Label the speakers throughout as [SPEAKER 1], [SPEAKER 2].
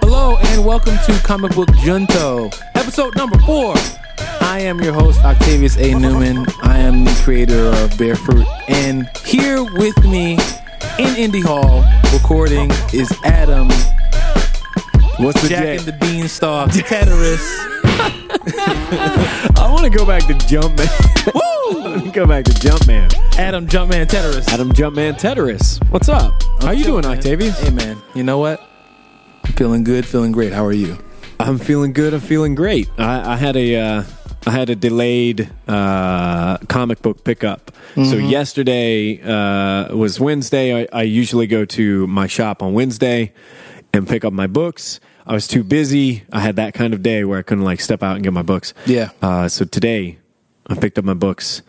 [SPEAKER 1] Hello and welcome to Comic Book Junto, episode number four. I am your host, Octavius A. Newman. I am the creator of Bear Fruit. And here with me in Indie Hall recording is Adam,
[SPEAKER 2] What's the
[SPEAKER 1] Jack
[SPEAKER 2] J?
[SPEAKER 1] and the Beanstalk, Tetarus.
[SPEAKER 2] I want to go back to Jumpman.
[SPEAKER 1] Woo!
[SPEAKER 2] go back to Jumpman.
[SPEAKER 1] Adam Jumpman Tetarus.
[SPEAKER 2] Adam Jumpman Teteris. What's up? How you doing, Octavius?
[SPEAKER 1] Hey, man. You know what? I'm feeling good, feeling great. How are you?
[SPEAKER 2] I'm feeling good. I'm feeling great. I, I had a uh, I had a delayed uh, comic book pickup. So yesterday uh, was Wednesday. I, I usually go to my shop on Wednesday and pick up my books. I was too busy. I had that kind of day where I couldn't like step out and get my books.
[SPEAKER 1] Yeah.
[SPEAKER 2] Uh, so today, I picked up my books,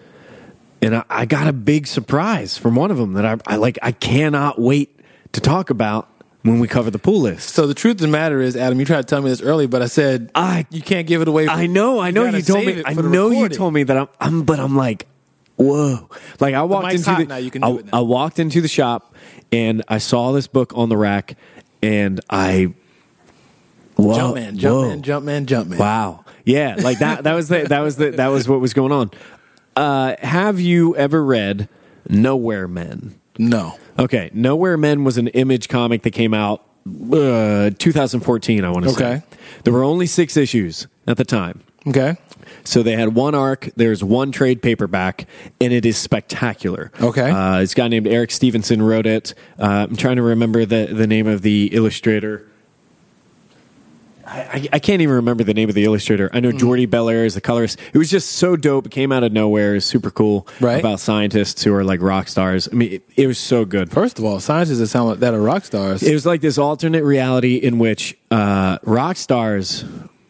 [SPEAKER 2] and I, I got a big surprise from one of them that I, I like. I cannot wait to talk about when we cover the pool list.
[SPEAKER 1] So the truth of the matter is, Adam, you tried to tell me this early, but I said
[SPEAKER 2] I-
[SPEAKER 1] you can't give it away.
[SPEAKER 2] I know, I know
[SPEAKER 1] gotta
[SPEAKER 2] you told
[SPEAKER 1] save
[SPEAKER 2] me.
[SPEAKER 1] it
[SPEAKER 2] I
[SPEAKER 1] for the
[SPEAKER 2] know you
[SPEAKER 1] recording.
[SPEAKER 2] told me that I'm, I'm but I'm like, whoa! Like I walked
[SPEAKER 1] mic's
[SPEAKER 2] into
[SPEAKER 1] hot
[SPEAKER 2] the,
[SPEAKER 1] now, you can
[SPEAKER 2] I,
[SPEAKER 1] do it now.
[SPEAKER 2] I walked into the shop and I saw this book on the rack, and I, whoa,
[SPEAKER 1] Jump man, jump
[SPEAKER 2] whoa.
[SPEAKER 1] man, jump man, jump man.
[SPEAKER 2] Wow. Yeah, like that that was the, that was the, that was what was going on. Uh, have you ever read Nowhere Men?
[SPEAKER 1] No.
[SPEAKER 2] Okay, Nowhere Men was an image comic that came out uh, 2014, I want to
[SPEAKER 1] Okay.
[SPEAKER 2] say. There were only 6 issues at the time.
[SPEAKER 1] Okay.
[SPEAKER 2] So they had one arc. There's one trade paperback, and it is spectacular.
[SPEAKER 1] Okay.
[SPEAKER 2] uh, this guy named Eric Stevenson wrote it. Uh, I'm trying to remember the the name of the illustrator. I, I, I can't even remember the name of the illustrator. I know
[SPEAKER 1] Mm.
[SPEAKER 2] Jordi Belair is the colorist. It was just so dope. It came out of nowhere. It was super cool.
[SPEAKER 1] Right.
[SPEAKER 2] About scientists who are like rock stars. I mean, it, it was so good.
[SPEAKER 1] First of all, scientists that sound like that are rock stars.
[SPEAKER 2] It was like this alternate reality in which uh, rock stars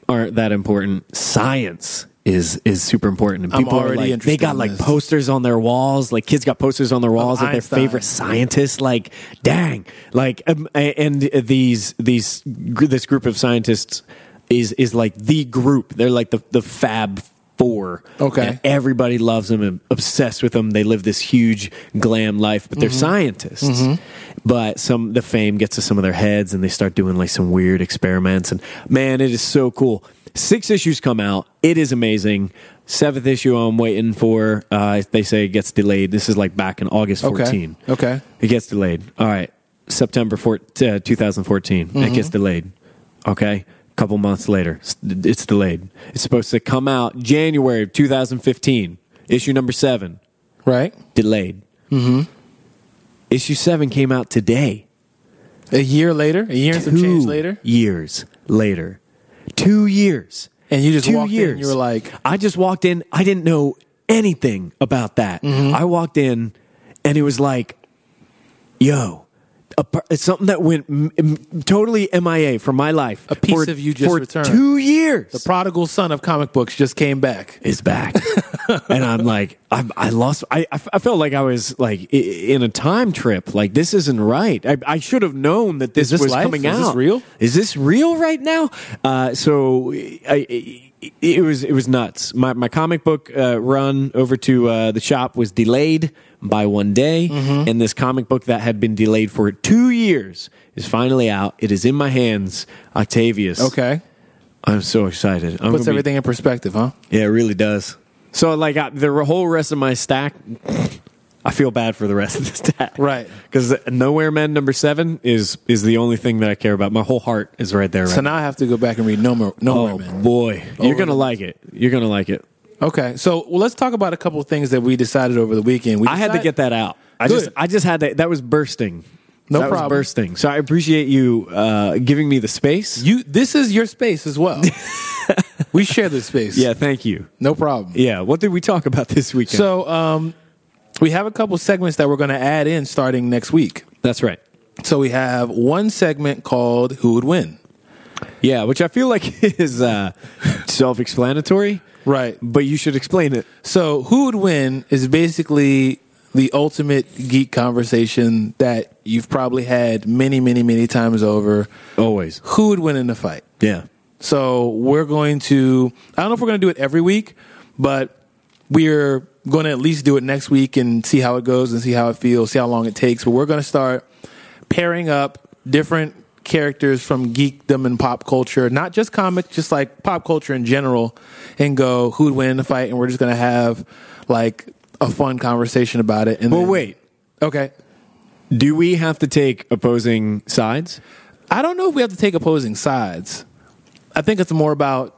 [SPEAKER 2] aren't that important. Science is is super important, and
[SPEAKER 1] I'm
[SPEAKER 2] people
[SPEAKER 1] already
[SPEAKER 2] are like
[SPEAKER 1] interested
[SPEAKER 2] they got
[SPEAKER 1] in
[SPEAKER 2] like
[SPEAKER 1] this.
[SPEAKER 2] posters on their walls. Like kids got posters on their walls of their
[SPEAKER 1] Einstein.
[SPEAKER 2] favorite scientists. Like dang, like um, a- and these these gr- this group of scientists is is like the group. They're like the the Fab Four.
[SPEAKER 1] Okay.
[SPEAKER 2] And everybody loves them and obsessed with them. They live this huge glam life, but they're
[SPEAKER 1] Mm-hmm.
[SPEAKER 2] scientists. But some the fame gets to some of their heads, and they start doing like some weird experiments. And man, it is so cool. Six issues come out. It is amazing. Seventh issue, I'm waiting for. Uh, they say it gets delayed. This is like back in August
[SPEAKER 1] Okay.
[SPEAKER 2] 14.
[SPEAKER 1] Okay.
[SPEAKER 2] It gets delayed. All right. September 4, uh, 2014. It gets delayed. Okay. couple months later, s- it's delayed. It's supposed to come out January of 2015. Issue number seven,
[SPEAKER 1] right?
[SPEAKER 2] delayed. Mm-hmm. Issue seven came out today.
[SPEAKER 1] A year later, a year and some change later,
[SPEAKER 2] years later. Two years.
[SPEAKER 1] and you just
[SPEAKER 2] Two
[SPEAKER 1] walked in.
[SPEAKER 2] years.
[SPEAKER 1] And you were like,
[SPEAKER 2] I just walked in. I didn't know anything about that.
[SPEAKER 1] Mm-hmm.
[SPEAKER 2] I walked in, and it was like, yo, a, par- it's something that went m- m- totally MIA from my life. A
[SPEAKER 1] piece of you just
[SPEAKER 2] for
[SPEAKER 1] returned.
[SPEAKER 2] two years
[SPEAKER 1] "The prodigal son of comic books just came back."
[SPEAKER 2] is back. and I'm like, I, I lost. I, I f- I felt like I was like i- in a time trip. Like this isn't right. I, I should have known that this,
[SPEAKER 1] this
[SPEAKER 2] was
[SPEAKER 1] life?
[SPEAKER 2] coming
[SPEAKER 1] Is
[SPEAKER 2] out.
[SPEAKER 1] this real?
[SPEAKER 2] Is this real right now? Uh, so I. I it was it was nuts. My my comic book uh, run over to uh, the shop was delayed by one day,
[SPEAKER 1] Mm-hmm.
[SPEAKER 2] and this comic book that had been delayed for two years is finally out. It is in my hands, Octavius.
[SPEAKER 1] Okay,
[SPEAKER 2] I'm so excited. I'm gonna
[SPEAKER 1] puts
[SPEAKER 2] be-
[SPEAKER 1] everything in perspective, huh?
[SPEAKER 2] yeah, it really does. So, like, I, the whole rest of my stack, I feel bad for the rest of the stack,
[SPEAKER 1] Right.
[SPEAKER 2] Because Nowhere Men number seven is is the only thing that I care about. My whole heart is right there. Right
[SPEAKER 1] So now I have to go back and read No More, no
[SPEAKER 2] now.
[SPEAKER 1] more
[SPEAKER 2] oh
[SPEAKER 1] man.
[SPEAKER 2] boy,
[SPEAKER 1] Over
[SPEAKER 2] you're gonna
[SPEAKER 1] the-
[SPEAKER 2] like it. You're gonna like it.
[SPEAKER 1] Okay, so well, let's talk about a couple things that we decided over the weekend. We
[SPEAKER 2] I had to
[SPEAKER 1] decide-
[SPEAKER 2] get that out. I
[SPEAKER 1] Good.
[SPEAKER 2] just I just had to. That was bursting.
[SPEAKER 1] No
[SPEAKER 2] That was
[SPEAKER 1] problem.
[SPEAKER 2] bursting. So I appreciate you uh, giving me the space.
[SPEAKER 1] you. This is your space as well. we share this space.
[SPEAKER 2] yeah, thank you.
[SPEAKER 1] no problem.
[SPEAKER 2] Yeah, what did we talk about this weekend?
[SPEAKER 1] So um, we have a couple segments that we're going to add in starting next week.
[SPEAKER 2] that's right.
[SPEAKER 1] So we have one segment called "Who Would Win."
[SPEAKER 2] Yeah, which I feel like is uh, self-explanatory.
[SPEAKER 1] Right.
[SPEAKER 2] but you should explain it.
[SPEAKER 1] So "Who Would Win" is basically the ultimate geek conversation that you've probably had many, many, many times over.
[SPEAKER 2] Always.
[SPEAKER 1] Who would win in the fight?
[SPEAKER 2] Yeah.
[SPEAKER 1] So we're going to. I don't know if we're going to do it every week, but we're going to at least do it next week and see how it goes and see how it feels, see how long it takes. But we're going to start pairing up different characters from geekdom and pop culture, not just comics, just like pop culture in general, and go who'd win in a fight, and we're just gonna have like a fun conversation about it. And
[SPEAKER 2] Well,
[SPEAKER 1] then-
[SPEAKER 2] wait.
[SPEAKER 1] okay.
[SPEAKER 2] Do we have to take opposing sides?
[SPEAKER 1] I don't know if we have to take opposing sides. I think it's more about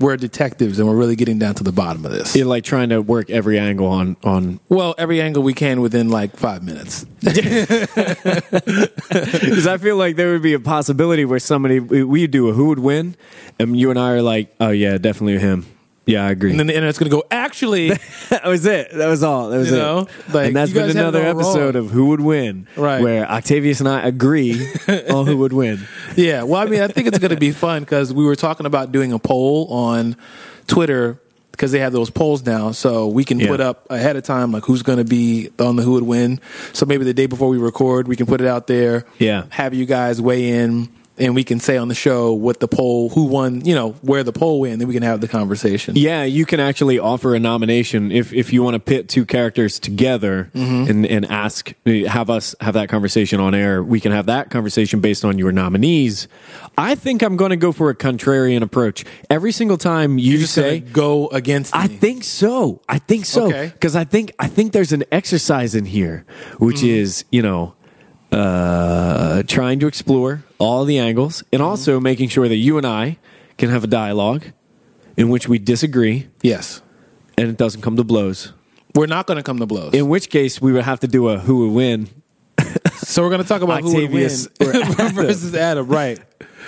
[SPEAKER 1] we're detectives and we're really getting down to the bottom of this.
[SPEAKER 2] You're like trying to work every angle on on.
[SPEAKER 1] Well, every angle we can within like five minutes.
[SPEAKER 2] Because I feel like there would be a possibility where somebody we, we do a who would win, and you and I are like, oh yeah, definitely him. Yeah, I agree.
[SPEAKER 1] And then the internet's going to go, actually,
[SPEAKER 2] that was it. That was all. That was
[SPEAKER 1] You
[SPEAKER 2] it.
[SPEAKER 1] know? Like,
[SPEAKER 2] and that's
[SPEAKER 1] you
[SPEAKER 2] been
[SPEAKER 1] guys had it
[SPEAKER 2] another
[SPEAKER 1] all wrong.
[SPEAKER 2] episode of Who Would Win,
[SPEAKER 1] Right.
[SPEAKER 2] Where Octavius and I agree on who would win.
[SPEAKER 1] yeah. Well, I mean, I think it's going to be fun because we were talking about doing a poll on Twitter because they have those polls now. So we can
[SPEAKER 2] Yeah.
[SPEAKER 1] put up ahead of time, like who's going to be on the who would win. So maybe the day before we record, we can put it out there.
[SPEAKER 2] Yeah.
[SPEAKER 1] Have you guys weigh in and we can say on the show what the poll, who won, you know, where the poll went. Then we can have the conversation.
[SPEAKER 2] Yeah, you can actually offer a nomination if if you want to pit two characters together
[SPEAKER 1] Mm-hmm.
[SPEAKER 2] and and ask have us have that conversation on air. We can have that conversation based on your nominees. I think I'm going to go for a contrarian approach. Every single time you
[SPEAKER 1] You're just
[SPEAKER 2] say
[SPEAKER 1] going to go against
[SPEAKER 2] I
[SPEAKER 1] me.
[SPEAKER 2] think so. I think so
[SPEAKER 1] Okay.
[SPEAKER 2] because I think I think there's an exercise in here, which
[SPEAKER 1] Mm-hmm.
[SPEAKER 2] is you know, uh, trying to explore all the angles and
[SPEAKER 1] Mm-hmm.
[SPEAKER 2] also making sure that you and I can have a dialogue in which we disagree
[SPEAKER 1] yes.
[SPEAKER 2] and it doesn't come to blows.
[SPEAKER 1] We're not going to come to blows.
[SPEAKER 2] In which case, we would have to do a who would win,
[SPEAKER 1] So we're going to talk about
[SPEAKER 2] Octavius
[SPEAKER 1] who would win
[SPEAKER 2] or Adam.
[SPEAKER 1] versus Adam, right?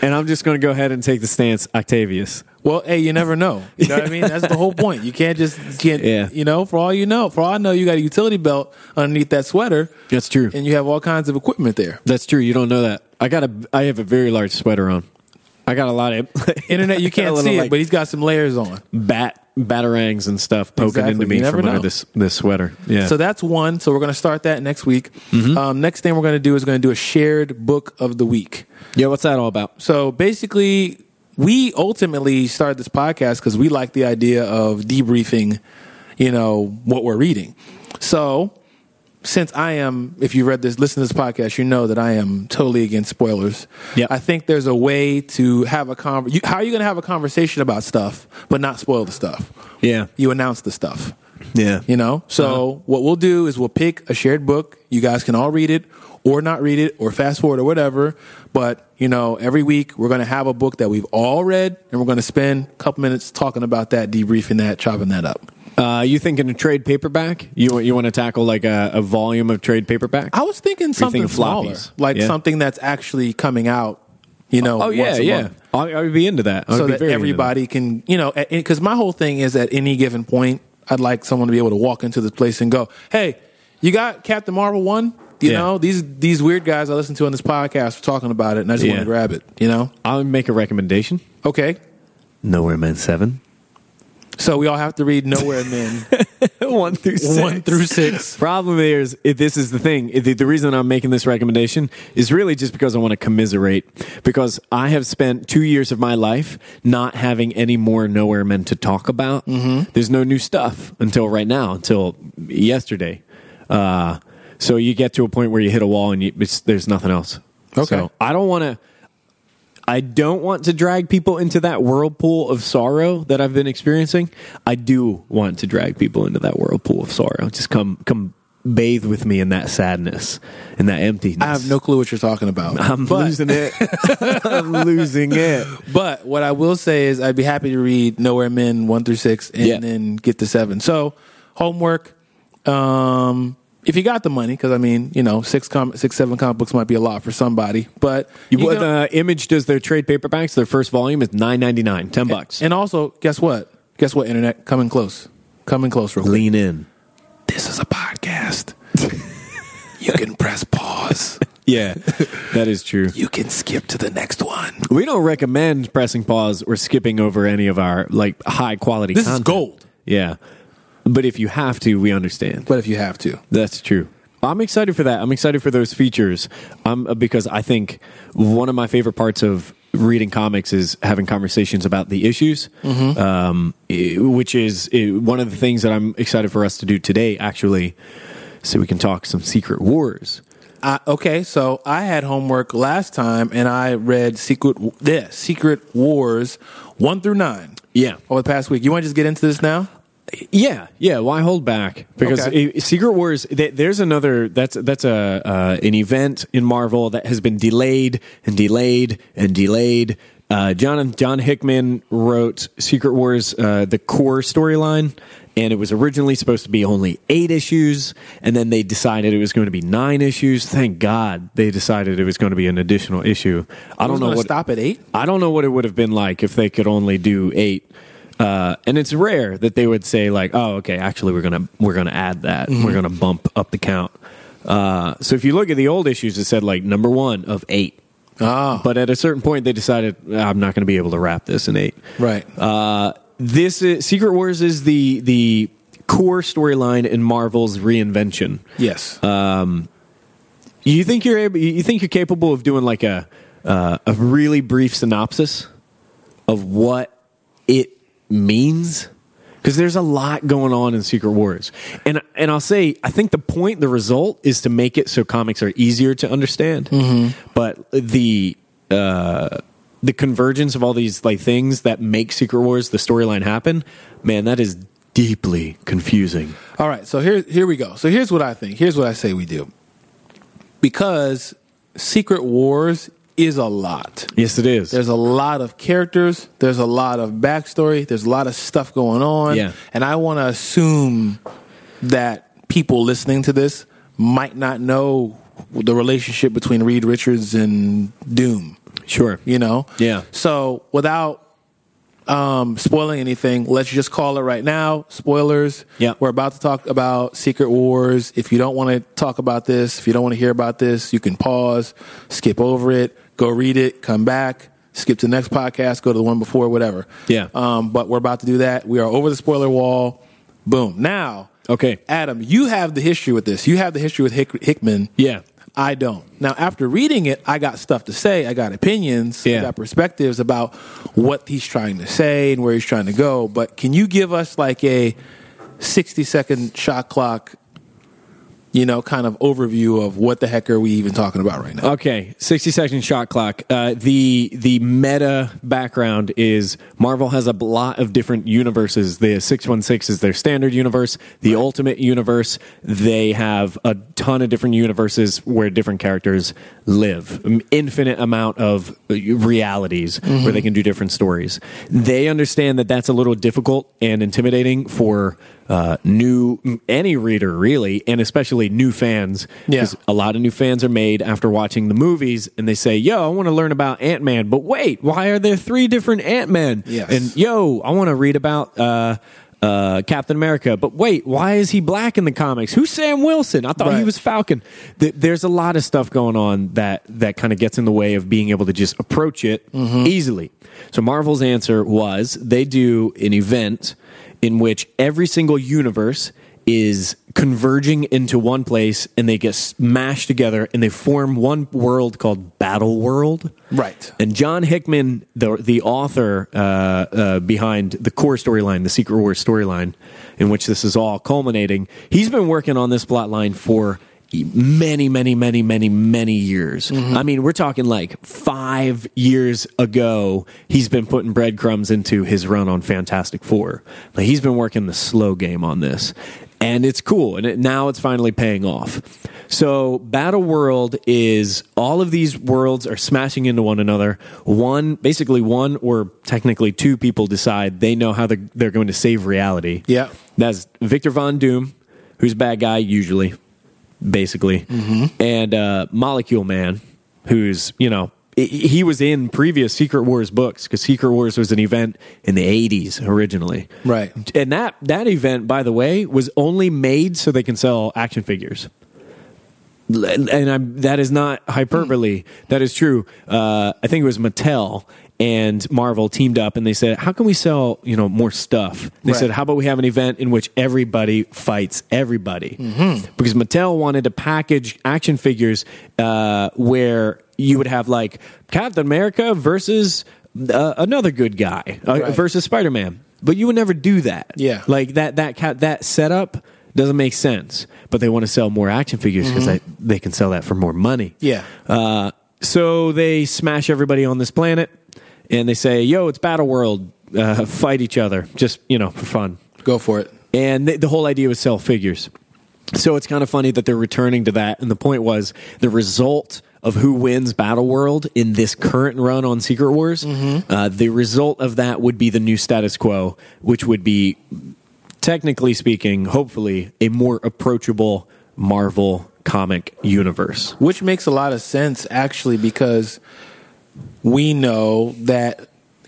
[SPEAKER 2] and I'm just going to go ahead and take the stance Octavius.
[SPEAKER 1] Well, hey, you never know. You know what I mean? That's the whole point. You can't just you can't.
[SPEAKER 2] Yeah.
[SPEAKER 1] You know, for all you know, for all I know, you got a utility belt underneath that sweater,
[SPEAKER 2] That's true.
[SPEAKER 1] and you have all kinds of equipment there.
[SPEAKER 2] That's true. You don't know that. I got a. I have a very large sweater on. I got a lot of
[SPEAKER 1] Internet, you
[SPEAKER 2] I got a
[SPEAKER 1] can't
[SPEAKER 2] little,
[SPEAKER 1] see it,
[SPEAKER 2] like,
[SPEAKER 1] but he's got some layers on.
[SPEAKER 2] bat batarangs and stuff poking
[SPEAKER 1] Exactly.
[SPEAKER 2] into
[SPEAKER 1] You
[SPEAKER 2] me
[SPEAKER 1] never
[SPEAKER 2] from
[SPEAKER 1] know.
[SPEAKER 2] under this this sweater. Yeah. Mm-hmm.
[SPEAKER 1] So that's one. So we're going to start that next week. Um, next thing we're going to do is going to do a shared book of the week.
[SPEAKER 2] yeah, what's that all about?
[SPEAKER 1] So basically, we ultimately started this podcast because we like the idea of debriefing, you know, what we're reading. So since I am, if you read this, listen to this podcast, you know that I am totally against spoilers.
[SPEAKER 2] Yep.
[SPEAKER 1] I think there's a way to have a con. You, how are you going to have a conversation about stuff but not spoil the stuff?
[SPEAKER 2] Yeah.
[SPEAKER 1] You announce the stuff.
[SPEAKER 2] Yeah.
[SPEAKER 1] You know? So what we'll do is we'll pick a shared book. You guys can all read it or not read it or fast forward or whatever. But, you know, every week we're going to have a book that we've all read and we're going to spend a couple minutes talking about that, debriefing that, chopping that up.
[SPEAKER 2] Uh, you thinking a trade paperback? You want you want to tackle like a, a volume of trade paperback?
[SPEAKER 1] I was thinking something
[SPEAKER 2] thinking
[SPEAKER 1] smaller,
[SPEAKER 2] floppies.
[SPEAKER 1] like
[SPEAKER 2] Yeah.
[SPEAKER 1] something that's actually coming out, you know,
[SPEAKER 2] oh yeah,
[SPEAKER 1] once a
[SPEAKER 2] yeah.
[SPEAKER 1] month.
[SPEAKER 2] I, I would be into that. I would
[SPEAKER 1] so
[SPEAKER 2] be
[SPEAKER 1] that
[SPEAKER 2] very into
[SPEAKER 1] everybody can, you know, because my whole thing is at any given point, I'd like someone to be able to walk into this place and go, "Hey, you got Captain Marvel one? You
[SPEAKER 2] Yeah.
[SPEAKER 1] know, these these weird guys I listen to on this podcast were talking about it, and I just want
[SPEAKER 2] Yeah.
[SPEAKER 1] to grab it. You know,
[SPEAKER 2] that. I would make a recommendation.
[SPEAKER 1] okay."
[SPEAKER 2] Nowhere Man Seven,
[SPEAKER 1] So we all have to read Nowhere Men
[SPEAKER 2] one through six.
[SPEAKER 1] one through six.
[SPEAKER 2] Problem here is, if this is the thing. if The, the reason I'm making this recommendation is really just because I want to commiserate. Because I have spent two years of my life not having any more Nowhere Men to talk about. There's no new stuff until right now, until yesterday. Uh, so you get to a point where you hit a wall and you, it's, there's nothing else.
[SPEAKER 1] Okay.
[SPEAKER 2] So I don't want to. I don't want to drag people into that whirlpool of sorrow that I've been experiencing. I do want to drag people into that whirlpool of sorrow. Just come come bathe with me in that sadness and that emptiness.
[SPEAKER 1] I have no clue what you're talking about.
[SPEAKER 2] I'm losing it. I'm losing it.
[SPEAKER 1] But what I will say is I'd be happy to read Nowhere Men one through six and
[SPEAKER 2] Yeah.
[SPEAKER 1] then get to seven. So homework, um, if you got the money, because I mean, you know, six com- six seven comic books might be a lot for somebody, but
[SPEAKER 2] You,
[SPEAKER 1] you
[SPEAKER 2] what,
[SPEAKER 1] can-
[SPEAKER 2] uh, Image does their trade paperbacks. Their first volume is nine ninety nine, ten bucks.
[SPEAKER 1] and also guess what? Guess what? Internet coming close, coming close, real quick.
[SPEAKER 2] Lean in.
[SPEAKER 1] This is a podcast. you can press pause.
[SPEAKER 2] Yeah, that is true.
[SPEAKER 1] You can skip to the next one.
[SPEAKER 2] We don't recommend pressing pause or skipping over any of our like high quality.
[SPEAKER 1] This
[SPEAKER 2] content.
[SPEAKER 1] is gold,
[SPEAKER 2] Yeah, but if you have to, we understand.
[SPEAKER 1] but if you have to,
[SPEAKER 2] That's true. I'm excited for that. I'm excited for those features um, because I think one of my favorite parts of reading comics is having conversations about the issues, um, eh, which is eh, one of the things that I'm excited for us to do today, actually, so we can talk some secret wars.
[SPEAKER 1] I, okay, so I had homework last time, and I read Secret yeah, Secret Wars one through nine.
[SPEAKER 2] Yeah.
[SPEAKER 1] Over the past week, you want to just get into this now?
[SPEAKER 2] Yeah, yeah. Why hold back? Because
[SPEAKER 1] Okay.
[SPEAKER 2] i- Secret Wars. th- There's another. That's that's a uh, an event in Marvel that has been delayed and delayed and delayed. Uh, John John Hickman wrote Secret Wars, uh, the core storyline, and it was originally supposed to be only eight issues, and then they decided it was going to be nine issues. Thank God they decided it was going to be an additional issue. I don't know
[SPEAKER 1] gonna
[SPEAKER 2] what
[SPEAKER 1] Stop at eight.
[SPEAKER 2] I don't know what it would have been like if they could only do eight. Uh, and it's rare that they would say like, "Oh, okay, actually, we're gonna we're gonna add that. We're gonna bump up the count." Uh, so if you look at the old issues, it said like number one of eight.
[SPEAKER 1] Ah,
[SPEAKER 2] But at a certain point, they decided I'm not going to be able to wrap this in eight.
[SPEAKER 1] right.
[SPEAKER 2] Uh, this is, Secret Wars is the the core storyline in Marvel's reinvention.
[SPEAKER 1] yes.
[SPEAKER 2] uh, You think you're able, you think you're capable of doing like a uh, a really brief synopsis of what it means because there's a lot going on in Secret Wars. And and I'll say I think the point the result is to make it so comics are easier to understand. But the uh, the convergence of all these like things that make Secret Wars the storyline happen, man, that is deeply confusing.
[SPEAKER 1] All right, so here here we go. So here's what I think. Here's what I say we do. Because Secret Wars is a lot.
[SPEAKER 2] Yes, it is.
[SPEAKER 1] There's a lot of characters, there's a lot of backstory, there's a lot of stuff going on.
[SPEAKER 2] Yeah.
[SPEAKER 1] And I want to assume that people listening to this might not know the relationship between Reed Richards and Doom,
[SPEAKER 2] sure.
[SPEAKER 1] you know?
[SPEAKER 2] Yeah.
[SPEAKER 1] So without um, spoiling anything, let's just call it right now. Spoilers.
[SPEAKER 2] Yeah.
[SPEAKER 1] We're about to talk about Secret Wars. If you don't want to talk about this, if you don't want to hear about this, you can pause, skip over it, go read it, come back, skip to the next podcast, go to the one before, whatever.
[SPEAKER 2] Yeah.
[SPEAKER 1] Um, but we're about to do that. We are over the spoiler wall. Boom. Now,
[SPEAKER 2] Okay.
[SPEAKER 1] Adam, you have the history with this. You have the history with Hick- Hickman.
[SPEAKER 2] Yeah.
[SPEAKER 1] I don't. Now, after reading it, I got stuff to say. I got opinions.
[SPEAKER 2] Yeah.
[SPEAKER 1] I got perspectives about what he's trying to say and where he's trying to go. But can you give us like a 60 second shot clock, you know, kind of overview of what the heck are we even talking about right now?
[SPEAKER 2] Okay, sixty second shot clock. Uh, the the meta background is Marvel has a lot of different universes. The six one six is their standard universe. The Ultimate Universe. They have a ton of different universes where different characters live. An Infinite amount of uh, realities where
[SPEAKER 1] Mm-hmm.
[SPEAKER 2] they can do different stories. They understand that that's a little difficult and intimidating for uh, new any reader really, and especially new fans.
[SPEAKER 1] Yeah.
[SPEAKER 2] 'Cause a lot of new fans are made after watching the movies and they say, Yo, I want to learn about Ant Man, but wait, why are there three different Ant Men?
[SPEAKER 1] Yes.
[SPEAKER 2] And yo, I want to read about uh, uh, Captain America, but wait, why is he black in the comics? Who's Sam Wilson? I thought he
[SPEAKER 1] Right.
[SPEAKER 2] was Falcon. Th- there's a lot of stuff going on that, that kind of gets in the way of being able to just approach it easily. So Marvel's answer was they do an event in which every single universe is converging into one place and they get smashed together and they form one world called Battle World.
[SPEAKER 1] Right.
[SPEAKER 2] And John Hickman, the the author uh, uh, behind the core storyline, the Secret Wars storyline, in which this is all culminating, he's been working on this plot line for many, many, many, many, many years. I mean, we're talking like five years ago. He's been putting breadcrumbs into his run on Fantastic Four. Like he's been working the slow game on this, and it's cool. And it, now it's finally paying off. So, Battle World is all of these worlds are smashing into one another. One, basically, one or technically two people decide they know how they're, they're going to save reality.
[SPEAKER 1] Yeah.
[SPEAKER 2] That's Victor Von Doom, who's a bad guy usually, basically, and uh, Molecule Man, who's, you know, i- he was in previous Secret Wars books because Secret Wars was an event in the 80s originally.
[SPEAKER 1] Right.
[SPEAKER 2] And that, that event, by the way, was only made so they can sell action figures. L- And I'm, that is not hyperbole. That is true. Uh, I think it was Mattel and Marvel teamed up, and they said, "How can we sell you know more stuff?" They
[SPEAKER 1] Right.
[SPEAKER 2] said, "How about we have an event in which everybody fights everybody?"
[SPEAKER 1] Mm-hmm.
[SPEAKER 2] Because Mattel wanted to package action figures uh, where you would have like Captain America versus uh, another good guy uh,
[SPEAKER 1] Right.
[SPEAKER 2] versus Spider Man, but you would never do that.
[SPEAKER 1] Yeah.
[SPEAKER 2] like that that ca- that setup Doesn't make sense, but they want to sell more action figures because they, they can sell that for more money.
[SPEAKER 1] Mm-hmm. Yeah.
[SPEAKER 2] Uh, so they smash everybody on this planet, and they say, "Yo, it's Battle World. Uh, fight each other, just you know, for fun."
[SPEAKER 1] Go for it.
[SPEAKER 2] And th- the whole idea was sell figures. So it's kind of funny that they're returning to that. And the point was the result of who wins Battle World in this current run on Secret Wars, uh, the result of that would be the new status quo, which would be, technically speaking, hopefully, a more approachable Marvel comic universe.
[SPEAKER 1] Which makes a lot of sense, actually, because we know that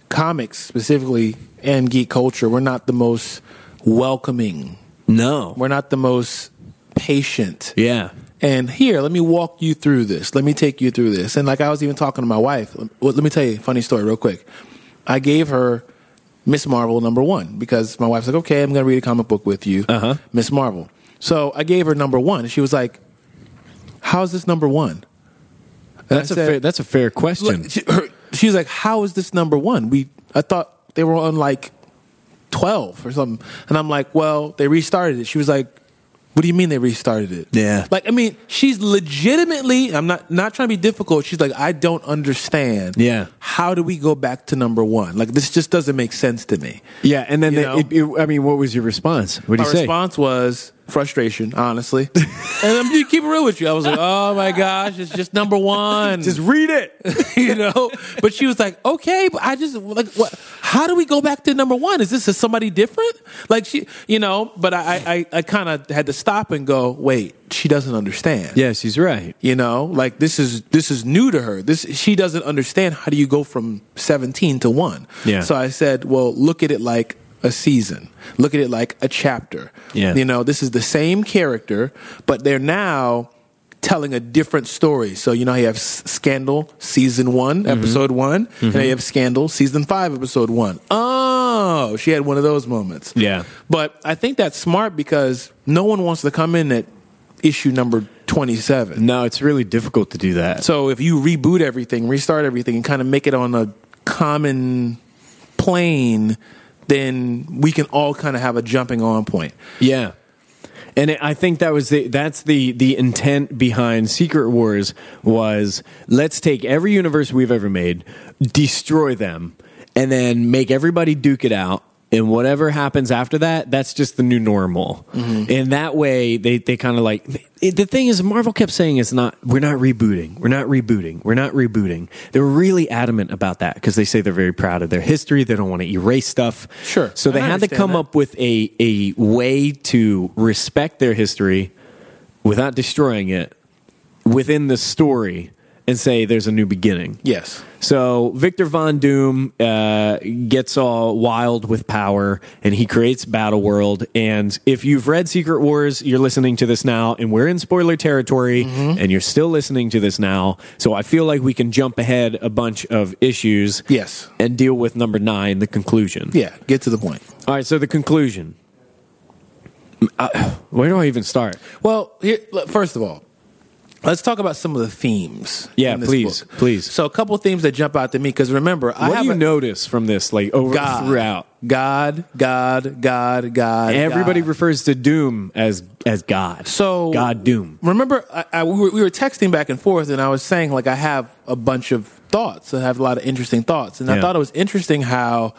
[SPEAKER 1] comics, specifically, and geek culture, we're not the most welcoming.
[SPEAKER 2] No.
[SPEAKER 1] We're not the most patient.
[SPEAKER 2] Yeah.
[SPEAKER 1] And here, let me walk you through this. Let me take you through this. And like I was even talking to my wife. Well, let me tell you a funny story real quick. I gave her Miss Marvel number one because my wife's like, okay, I'm going to read a comic book with you,
[SPEAKER 2] Uh-huh.
[SPEAKER 1] Miss Marvel. So I gave her number one. And she was like, how's this number one? And
[SPEAKER 2] That's
[SPEAKER 1] I
[SPEAKER 2] a
[SPEAKER 1] said-
[SPEAKER 2] fair, that's a fair question.
[SPEAKER 1] Look, she, her, she's like, "How is this number one? We I thought they were on like twelve or something." And I'm like, "Well, they restarted it." She was like, "What do you mean they restarted it?"
[SPEAKER 2] Yeah.
[SPEAKER 1] like I mean, she's legitimately. I'm not not trying to be difficult. She's like, "I don't understand."
[SPEAKER 2] Yeah.
[SPEAKER 1] how do we go back to number one? Like this just doesn't make sense to me.
[SPEAKER 2] yeah, and then
[SPEAKER 1] You
[SPEAKER 2] they,
[SPEAKER 1] know?
[SPEAKER 2] it, it- I mean, what was your response? What
[SPEAKER 1] My
[SPEAKER 2] do you say?
[SPEAKER 1] response was frustration, honestly. and I'm gonna keep it real with you. I was like, "Oh my gosh, it's just number one."
[SPEAKER 2] read it.
[SPEAKER 1] you know. But she was like, "Okay, but I just like what? How do we go back to number one? Is this is somebody different? Like she, you know?" But I, I, I kind of had to stop and go, "Wait, she doesn't understand."
[SPEAKER 2] Yeah, she's right.
[SPEAKER 1] You know, like this is this is new to her. This she doesn't understand. How do you go from seventeen to one?
[SPEAKER 2] Yeah.
[SPEAKER 1] So I said, well, look at it like a season. Look at it like a chapter.
[SPEAKER 2] Yeah.
[SPEAKER 1] You know, this is the same character, but they're now telling a different story. So you know, how you have S- Scandal season one,
[SPEAKER 2] Mm-hmm.
[SPEAKER 1] episode one, and then you have Scandal season five, episode one. Oh, she had one of those moments.
[SPEAKER 2] Yeah.
[SPEAKER 1] But I think that's smart because no one wants to come in at issue number twenty-seven.
[SPEAKER 2] No, it's really difficult to do that.
[SPEAKER 1] So if you reboot everything, restart everything, and kind of make it on a common plane, then we can all kind of have a jumping on point.
[SPEAKER 2] Yeah. And it, I think that was the that's the the intent behind Secret Wars was let's take every universe we've ever made, destroy them, and then make everybody duke it out. And whatever happens after that, that's just the new normal.
[SPEAKER 1] Mm-hmm.
[SPEAKER 2] And that way, they, they kind of like it, the thing is, Marvel kept saying it's not we're not rebooting, we're not rebooting, we're not rebooting. They were really adamant about that because they say they're very proud of their history. They don't want to erase stuff.
[SPEAKER 1] Sure.
[SPEAKER 2] So they
[SPEAKER 1] And I
[SPEAKER 2] had to
[SPEAKER 1] understand
[SPEAKER 2] come
[SPEAKER 1] that.
[SPEAKER 2] up with a a way to respect their history without destroying it within the story and say there's a new beginning.
[SPEAKER 1] Yes.
[SPEAKER 2] So Victor Von Doom uh, gets all wild with power, and he creates Battle World. And if you've read Secret Wars, you're listening to this now, and we're in spoiler territory, and you're still listening to this now. So I feel like we can jump ahead a bunch of issues,
[SPEAKER 1] Yes.
[SPEAKER 2] and deal with number nine, the conclusion.
[SPEAKER 1] Yeah. Get to the point.
[SPEAKER 2] All right, so the conclusion. Uh, where do I even start?
[SPEAKER 1] Well, here, look, first of all, let's talk about some of the themes.
[SPEAKER 2] Yeah,
[SPEAKER 1] in this
[SPEAKER 2] please,
[SPEAKER 1] book.
[SPEAKER 2] please.
[SPEAKER 1] So a couple of themes that jump out to me because remember, I
[SPEAKER 2] What
[SPEAKER 1] have
[SPEAKER 2] do you
[SPEAKER 1] a-
[SPEAKER 2] notice from this, like over
[SPEAKER 1] God
[SPEAKER 2] throughout?
[SPEAKER 1] God, God, God, God.
[SPEAKER 2] Everybody
[SPEAKER 1] God.
[SPEAKER 2] refers to Doom as as God.
[SPEAKER 1] So
[SPEAKER 2] God Doom.
[SPEAKER 1] Remember, I, I, we, were, we were texting back and forth, and I was saying like I have a bunch of thoughts. I have a lot of interesting thoughts, and I
[SPEAKER 2] Yeah.
[SPEAKER 1] thought it was interesting how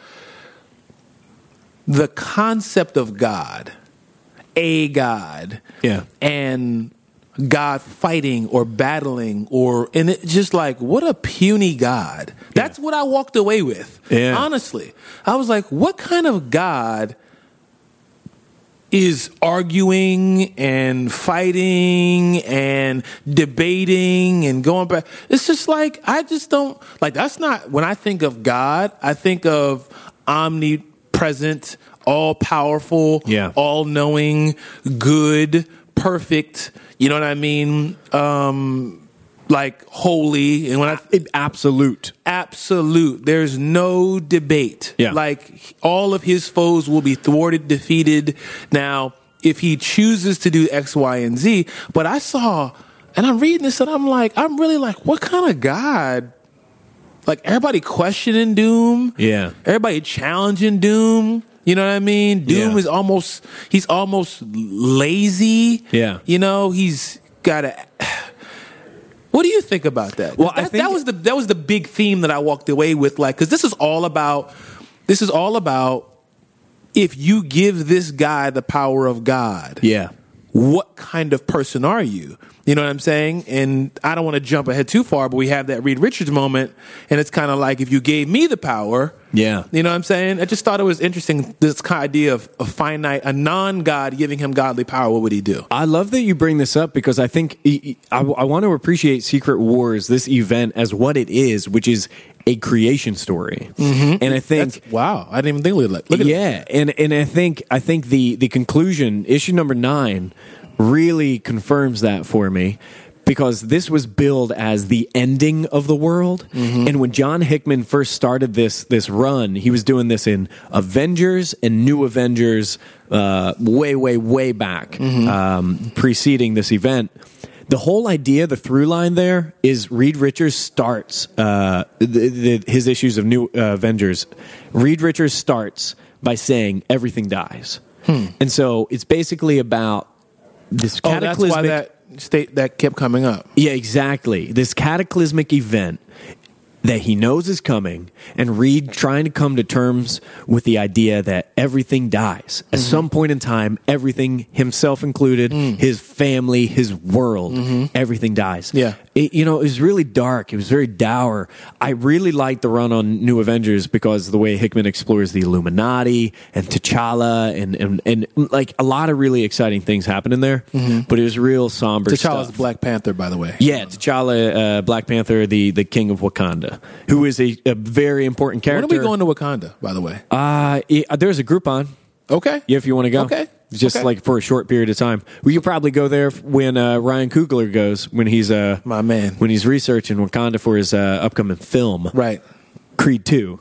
[SPEAKER 1] the concept of God, a God,
[SPEAKER 2] Yeah.
[SPEAKER 1] and God fighting or battling or and it just like what a puny God. That's what I walked away with.
[SPEAKER 2] Yeah.
[SPEAKER 1] Honestly. I was like, what kind of God is arguing and fighting and debating and going back. It's just like I just don't like that's not when I think of God, I think of omnipresent, all powerful,
[SPEAKER 2] Yeah.
[SPEAKER 1] all knowing, good, perfect, you know what I mean? Um like holy and when I
[SPEAKER 2] It- absolute.
[SPEAKER 1] absolute. There's no debate.
[SPEAKER 2] Yeah.
[SPEAKER 1] Like all of his foes will be thwarted, defeated. Now, if he chooses to do X, Y, and Z, but I saw, and I'm reading this, and I'm like, I'm really like, what kind of God? Like everybody questioning Doom.
[SPEAKER 2] Yeah.
[SPEAKER 1] Everybody challenging Doom. You know what I mean? Doom
[SPEAKER 2] Yeah.
[SPEAKER 1] is almost he's almost lazy.
[SPEAKER 2] Yeah.
[SPEAKER 1] You know, he's got a What do you think about that?
[SPEAKER 2] Well, I
[SPEAKER 1] that,
[SPEAKER 2] think-
[SPEAKER 1] that was the that was the big theme that I walked away with like cuz this is all about this is all about if you give this guy the power of God
[SPEAKER 2] Yeah.
[SPEAKER 1] what kind of person are you? You know what I'm saying? And I don't want to jump ahead too far, but we have that Reed Richards moment, and it's kind of like if you gave me the power,
[SPEAKER 2] Yeah.
[SPEAKER 1] you know what I'm saying? I just thought it was interesting this kind of idea of a finite, a non God giving him godly power. What would he do?
[SPEAKER 2] I love that you bring this up because I think I, want to appreciate Secret Wars, this event, as what it is, which is a creation story. And I think
[SPEAKER 1] Mm-hmm. That's, wow, I didn't even think of that. Look at yeah.
[SPEAKER 2] yeah, and and I think I think the the conclusion issue number nine really confirms that for me because this was billed as the ending of the world
[SPEAKER 1] Mm-hmm.
[SPEAKER 2] and when John Hickman first started this this run he was doing this in Avengers and New Avengers uh, way way way back
[SPEAKER 1] Mm-hmm.
[SPEAKER 2] um, preceding this event the whole idea, the through line there is Reed Richards starts uh, the, the, his issues of New uh, Avengers. Reed Richards starts by saying everything dies, and so it's basically about this
[SPEAKER 1] Hmm. Oh, that's why
[SPEAKER 2] cataclysmic.
[SPEAKER 1] that state that kept coming up.
[SPEAKER 2] yeah, exactly. This cataclysmic event that he knows is coming, and Reed trying to come to terms with the idea that everything dies at
[SPEAKER 1] Mm-hmm.
[SPEAKER 2] some point in time. Everything, himself included,
[SPEAKER 1] Mm.
[SPEAKER 2] his family, his world, everything dies
[SPEAKER 1] Mm-hmm. Yeah.
[SPEAKER 2] it, you know, it was really dark. It was very dour. I really liked the run on New Avengers because of the way Hickman explores the Illuminati and T'Challa and and, and like a lot of really exciting things happen in there. But it was real somber.
[SPEAKER 1] Mm-hmm. T'Challa's
[SPEAKER 2] stuff.
[SPEAKER 1] Black Panther, by the way.
[SPEAKER 2] Yeah, T'Challa, uh, Black Panther, the the King of Wakanda, who is a, a very important
[SPEAKER 1] When
[SPEAKER 2] character.
[SPEAKER 1] are we going to Wakanda, by the way?
[SPEAKER 2] Uh, it- uh, there's a Groupon.
[SPEAKER 1] Okay.
[SPEAKER 2] Yeah, if you want to go.
[SPEAKER 1] Okay.
[SPEAKER 2] Just
[SPEAKER 1] Okay.
[SPEAKER 2] like for a short period of time, we could probably go there when uh, Ryan Coogler goes when he's uh
[SPEAKER 1] My man.
[SPEAKER 2] when he's researching Wakanda for his uh, upcoming film
[SPEAKER 1] Right.
[SPEAKER 2] Creed Two.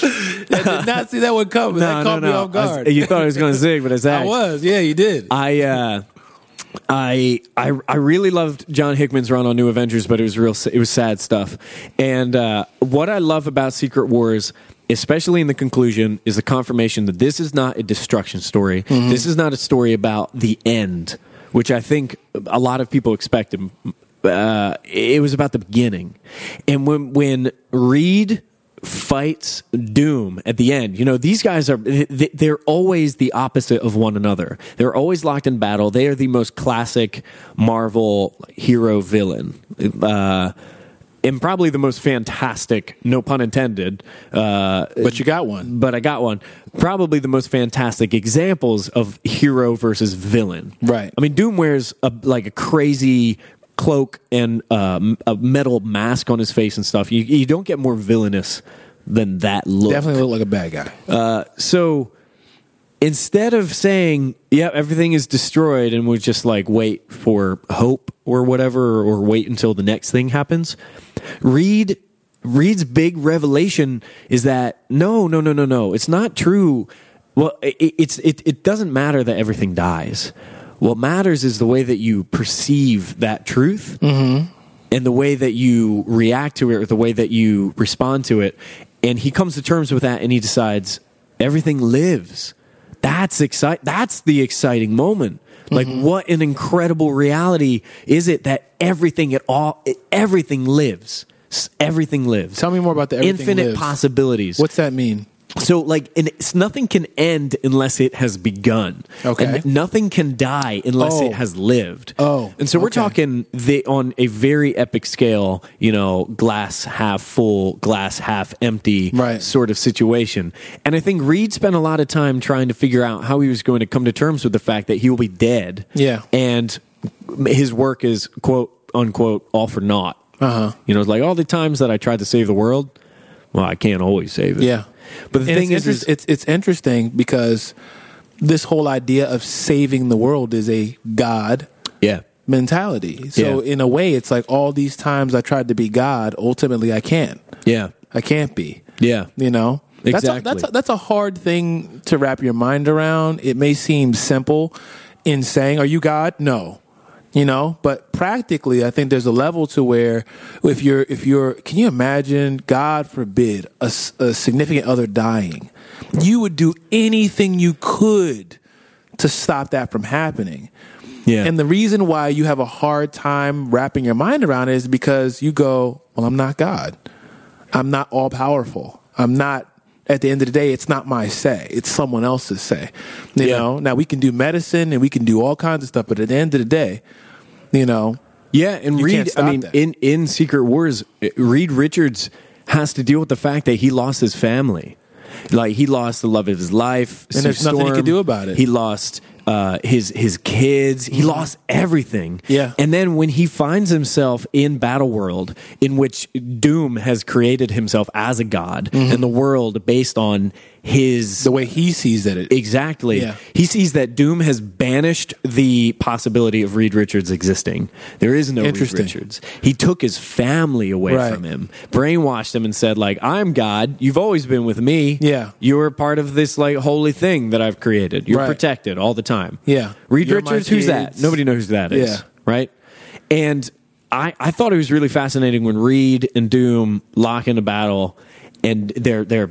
[SPEAKER 1] I did not see that one coming. that caught me off
[SPEAKER 2] I was-
[SPEAKER 1] guard.
[SPEAKER 2] you thought I was going to zig, but I
[SPEAKER 1] I
[SPEAKER 2] zagged.
[SPEAKER 1] was. Yeah, you did.
[SPEAKER 2] I, uh, I, I, I really loved John Hickman's run on New Avengers, but it was real. It was sad stuff. And uh, what I love about Secret Wars, especially in the conclusion, is the confirmation that this is not a destruction story. This is not a story about the end, which I think a lot of people expected. Uh, it was about the beginning, and when when Reed fights doom at the end you know these guys are th- they're always the opposite of one another they're always locked in battle they are the most classic marvel hero villain uh and probably the most fantastic no pun intended uh
[SPEAKER 1] but you got one.
[SPEAKER 2] but i got one probably the most fantastic examples of hero versus villain
[SPEAKER 1] Right.
[SPEAKER 2] i mean doom wears a, like a crazy cloak and um, a metal mask on his face and stuff you, you don't get more villainous than that look
[SPEAKER 1] Definitely look like a bad guy.
[SPEAKER 2] so instead of saying, yeah, everything is destroyed and we just like wait for hope or whatever or wait until the next thing happens, Reed Reed's big revelation is that no, no, no, no, no. It's not true. Well, it, it's it, it doesn't matter that everything dies. What matters is the way that you perceive that truth and the way that you react to it or the way that you respond to it. And he comes to terms with that and he decides everything lives. That's exciting. That's the exciting moment. Like
[SPEAKER 1] Mm-hmm.
[SPEAKER 2] what an incredible reality is it that everything at all everything lives. S- Everything lives.
[SPEAKER 1] Tell me more about the everything
[SPEAKER 2] infinite
[SPEAKER 1] lives.
[SPEAKER 2] possibilities.
[SPEAKER 1] What's that mean?
[SPEAKER 2] So, like, and it's, nothing can end unless it has begun.
[SPEAKER 1] Okay.
[SPEAKER 2] And nothing can die unless
[SPEAKER 1] Oh.
[SPEAKER 2] it has lived.
[SPEAKER 1] Oh,
[SPEAKER 2] And so we're
[SPEAKER 1] okay.
[SPEAKER 2] talking the, on a very epic scale, you know, glass half full, glass half empty
[SPEAKER 1] Right.
[SPEAKER 2] sort of situation. And I think Reed spent a lot of time trying to figure out how he was going to come to terms with the fact that he will be dead.
[SPEAKER 1] Yeah.
[SPEAKER 2] And his work is, quote, unquote, all for naught.
[SPEAKER 1] Uh-huh.
[SPEAKER 2] You know, it's like all the times that I tried to save the world, well, I can't always save it.
[SPEAKER 1] Yeah.
[SPEAKER 2] But the
[SPEAKER 1] And
[SPEAKER 2] thing
[SPEAKER 1] it's
[SPEAKER 2] is, is
[SPEAKER 1] interest- it's it's interesting because this whole idea of saving the world is a God
[SPEAKER 2] yeah,
[SPEAKER 1] mentality. So
[SPEAKER 2] Yeah.
[SPEAKER 1] in a way, it's like all these times I tried to be God, ultimately I can't.
[SPEAKER 2] yeah,
[SPEAKER 1] I can't be.
[SPEAKER 2] yeah,
[SPEAKER 1] You know, That's
[SPEAKER 2] Exactly.
[SPEAKER 1] a, that's a, that's a hard thing to wrap your mind around. It may seem simple in saying, "Are you God?" No. you know but practically i think there's a level to where if you're if you're can you imagine god forbid a, s- a significant other dying you would do anything you could to stop that from happening
[SPEAKER 2] Yeah.
[SPEAKER 1] and the reason why you have a hard time wrapping your mind around it is because you go well i'm not god i'm not all powerful i'm not at the end of the day, it's not my say. It's someone else's say. You
[SPEAKER 2] Yeah.
[SPEAKER 1] know, now we can do medicine and we can do all kinds of stuff, but at the end of the day, you know
[SPEAKER 2] Yeah, and
[SPEAKER 1] You can't
[SPEAKER 2] Reed.
[SPEAKER 1] stop
[SPEAKER 2] I mean,
[SPEAKER 1] that.
[SPEAKER 2] in in Secret Wars, Reed Richards has to deal with the fact that he lost his family. Like he lost the love of his life,
[SPEAKER 1] And there's
[SPEAKER 2] Sue
[SPEAKER 1] nothing he
[SPEAKER 2] Storm.
[SPEAKER 1] could do about it. Mm-hmm.
[SPEAKER 2] He lost uh, his his kids. He lost everything.
[SPEAKER 1] Yeah.
[SPEAKER 2] and then when he finds himself in Battle World, in which Doom has created himself as a god
[SPEAKER 1] Mm-hmm.
[SPEAKER 2] and the world based on his
[SPEAKER 1] the way he sees that it
[SPEAKER 2] Exactly.
[SPEAKER 1] Yeah.
[SPEAKER 2] He sees that Doom has banished the possibility of Reed Richards existing. There is no Reed
[SPEAKER 1] Interesting.
[SPEAKER 2] Richards. He took his family away
[SPEAKER 1] Right.
[SPEAKER 2] from him, brainwashed him, and said, "Like I'm God. You've always been with me.
[SPEAKER 1] Yeah.
[SPEAKER 2] you're part of this like holy thing that I've created. You're
[SPEAKER 1] Right.
[SPEAKER 2] protected all the time.
[SPEAKER 1] Yeah.
[SPEAKER 2] Reed
[SPEAKER 1] You're my
[SPEAKER 2] Richards. Who's that?
[SPEAKER 1] kids.
[SPEAKER 2] Nobody knows who that is.
[SPEAKER 1] Yeah.
[SPEAKER 2] Right. And I I thought it was really fascinating when Reed and Doom lock into battle. And they're they're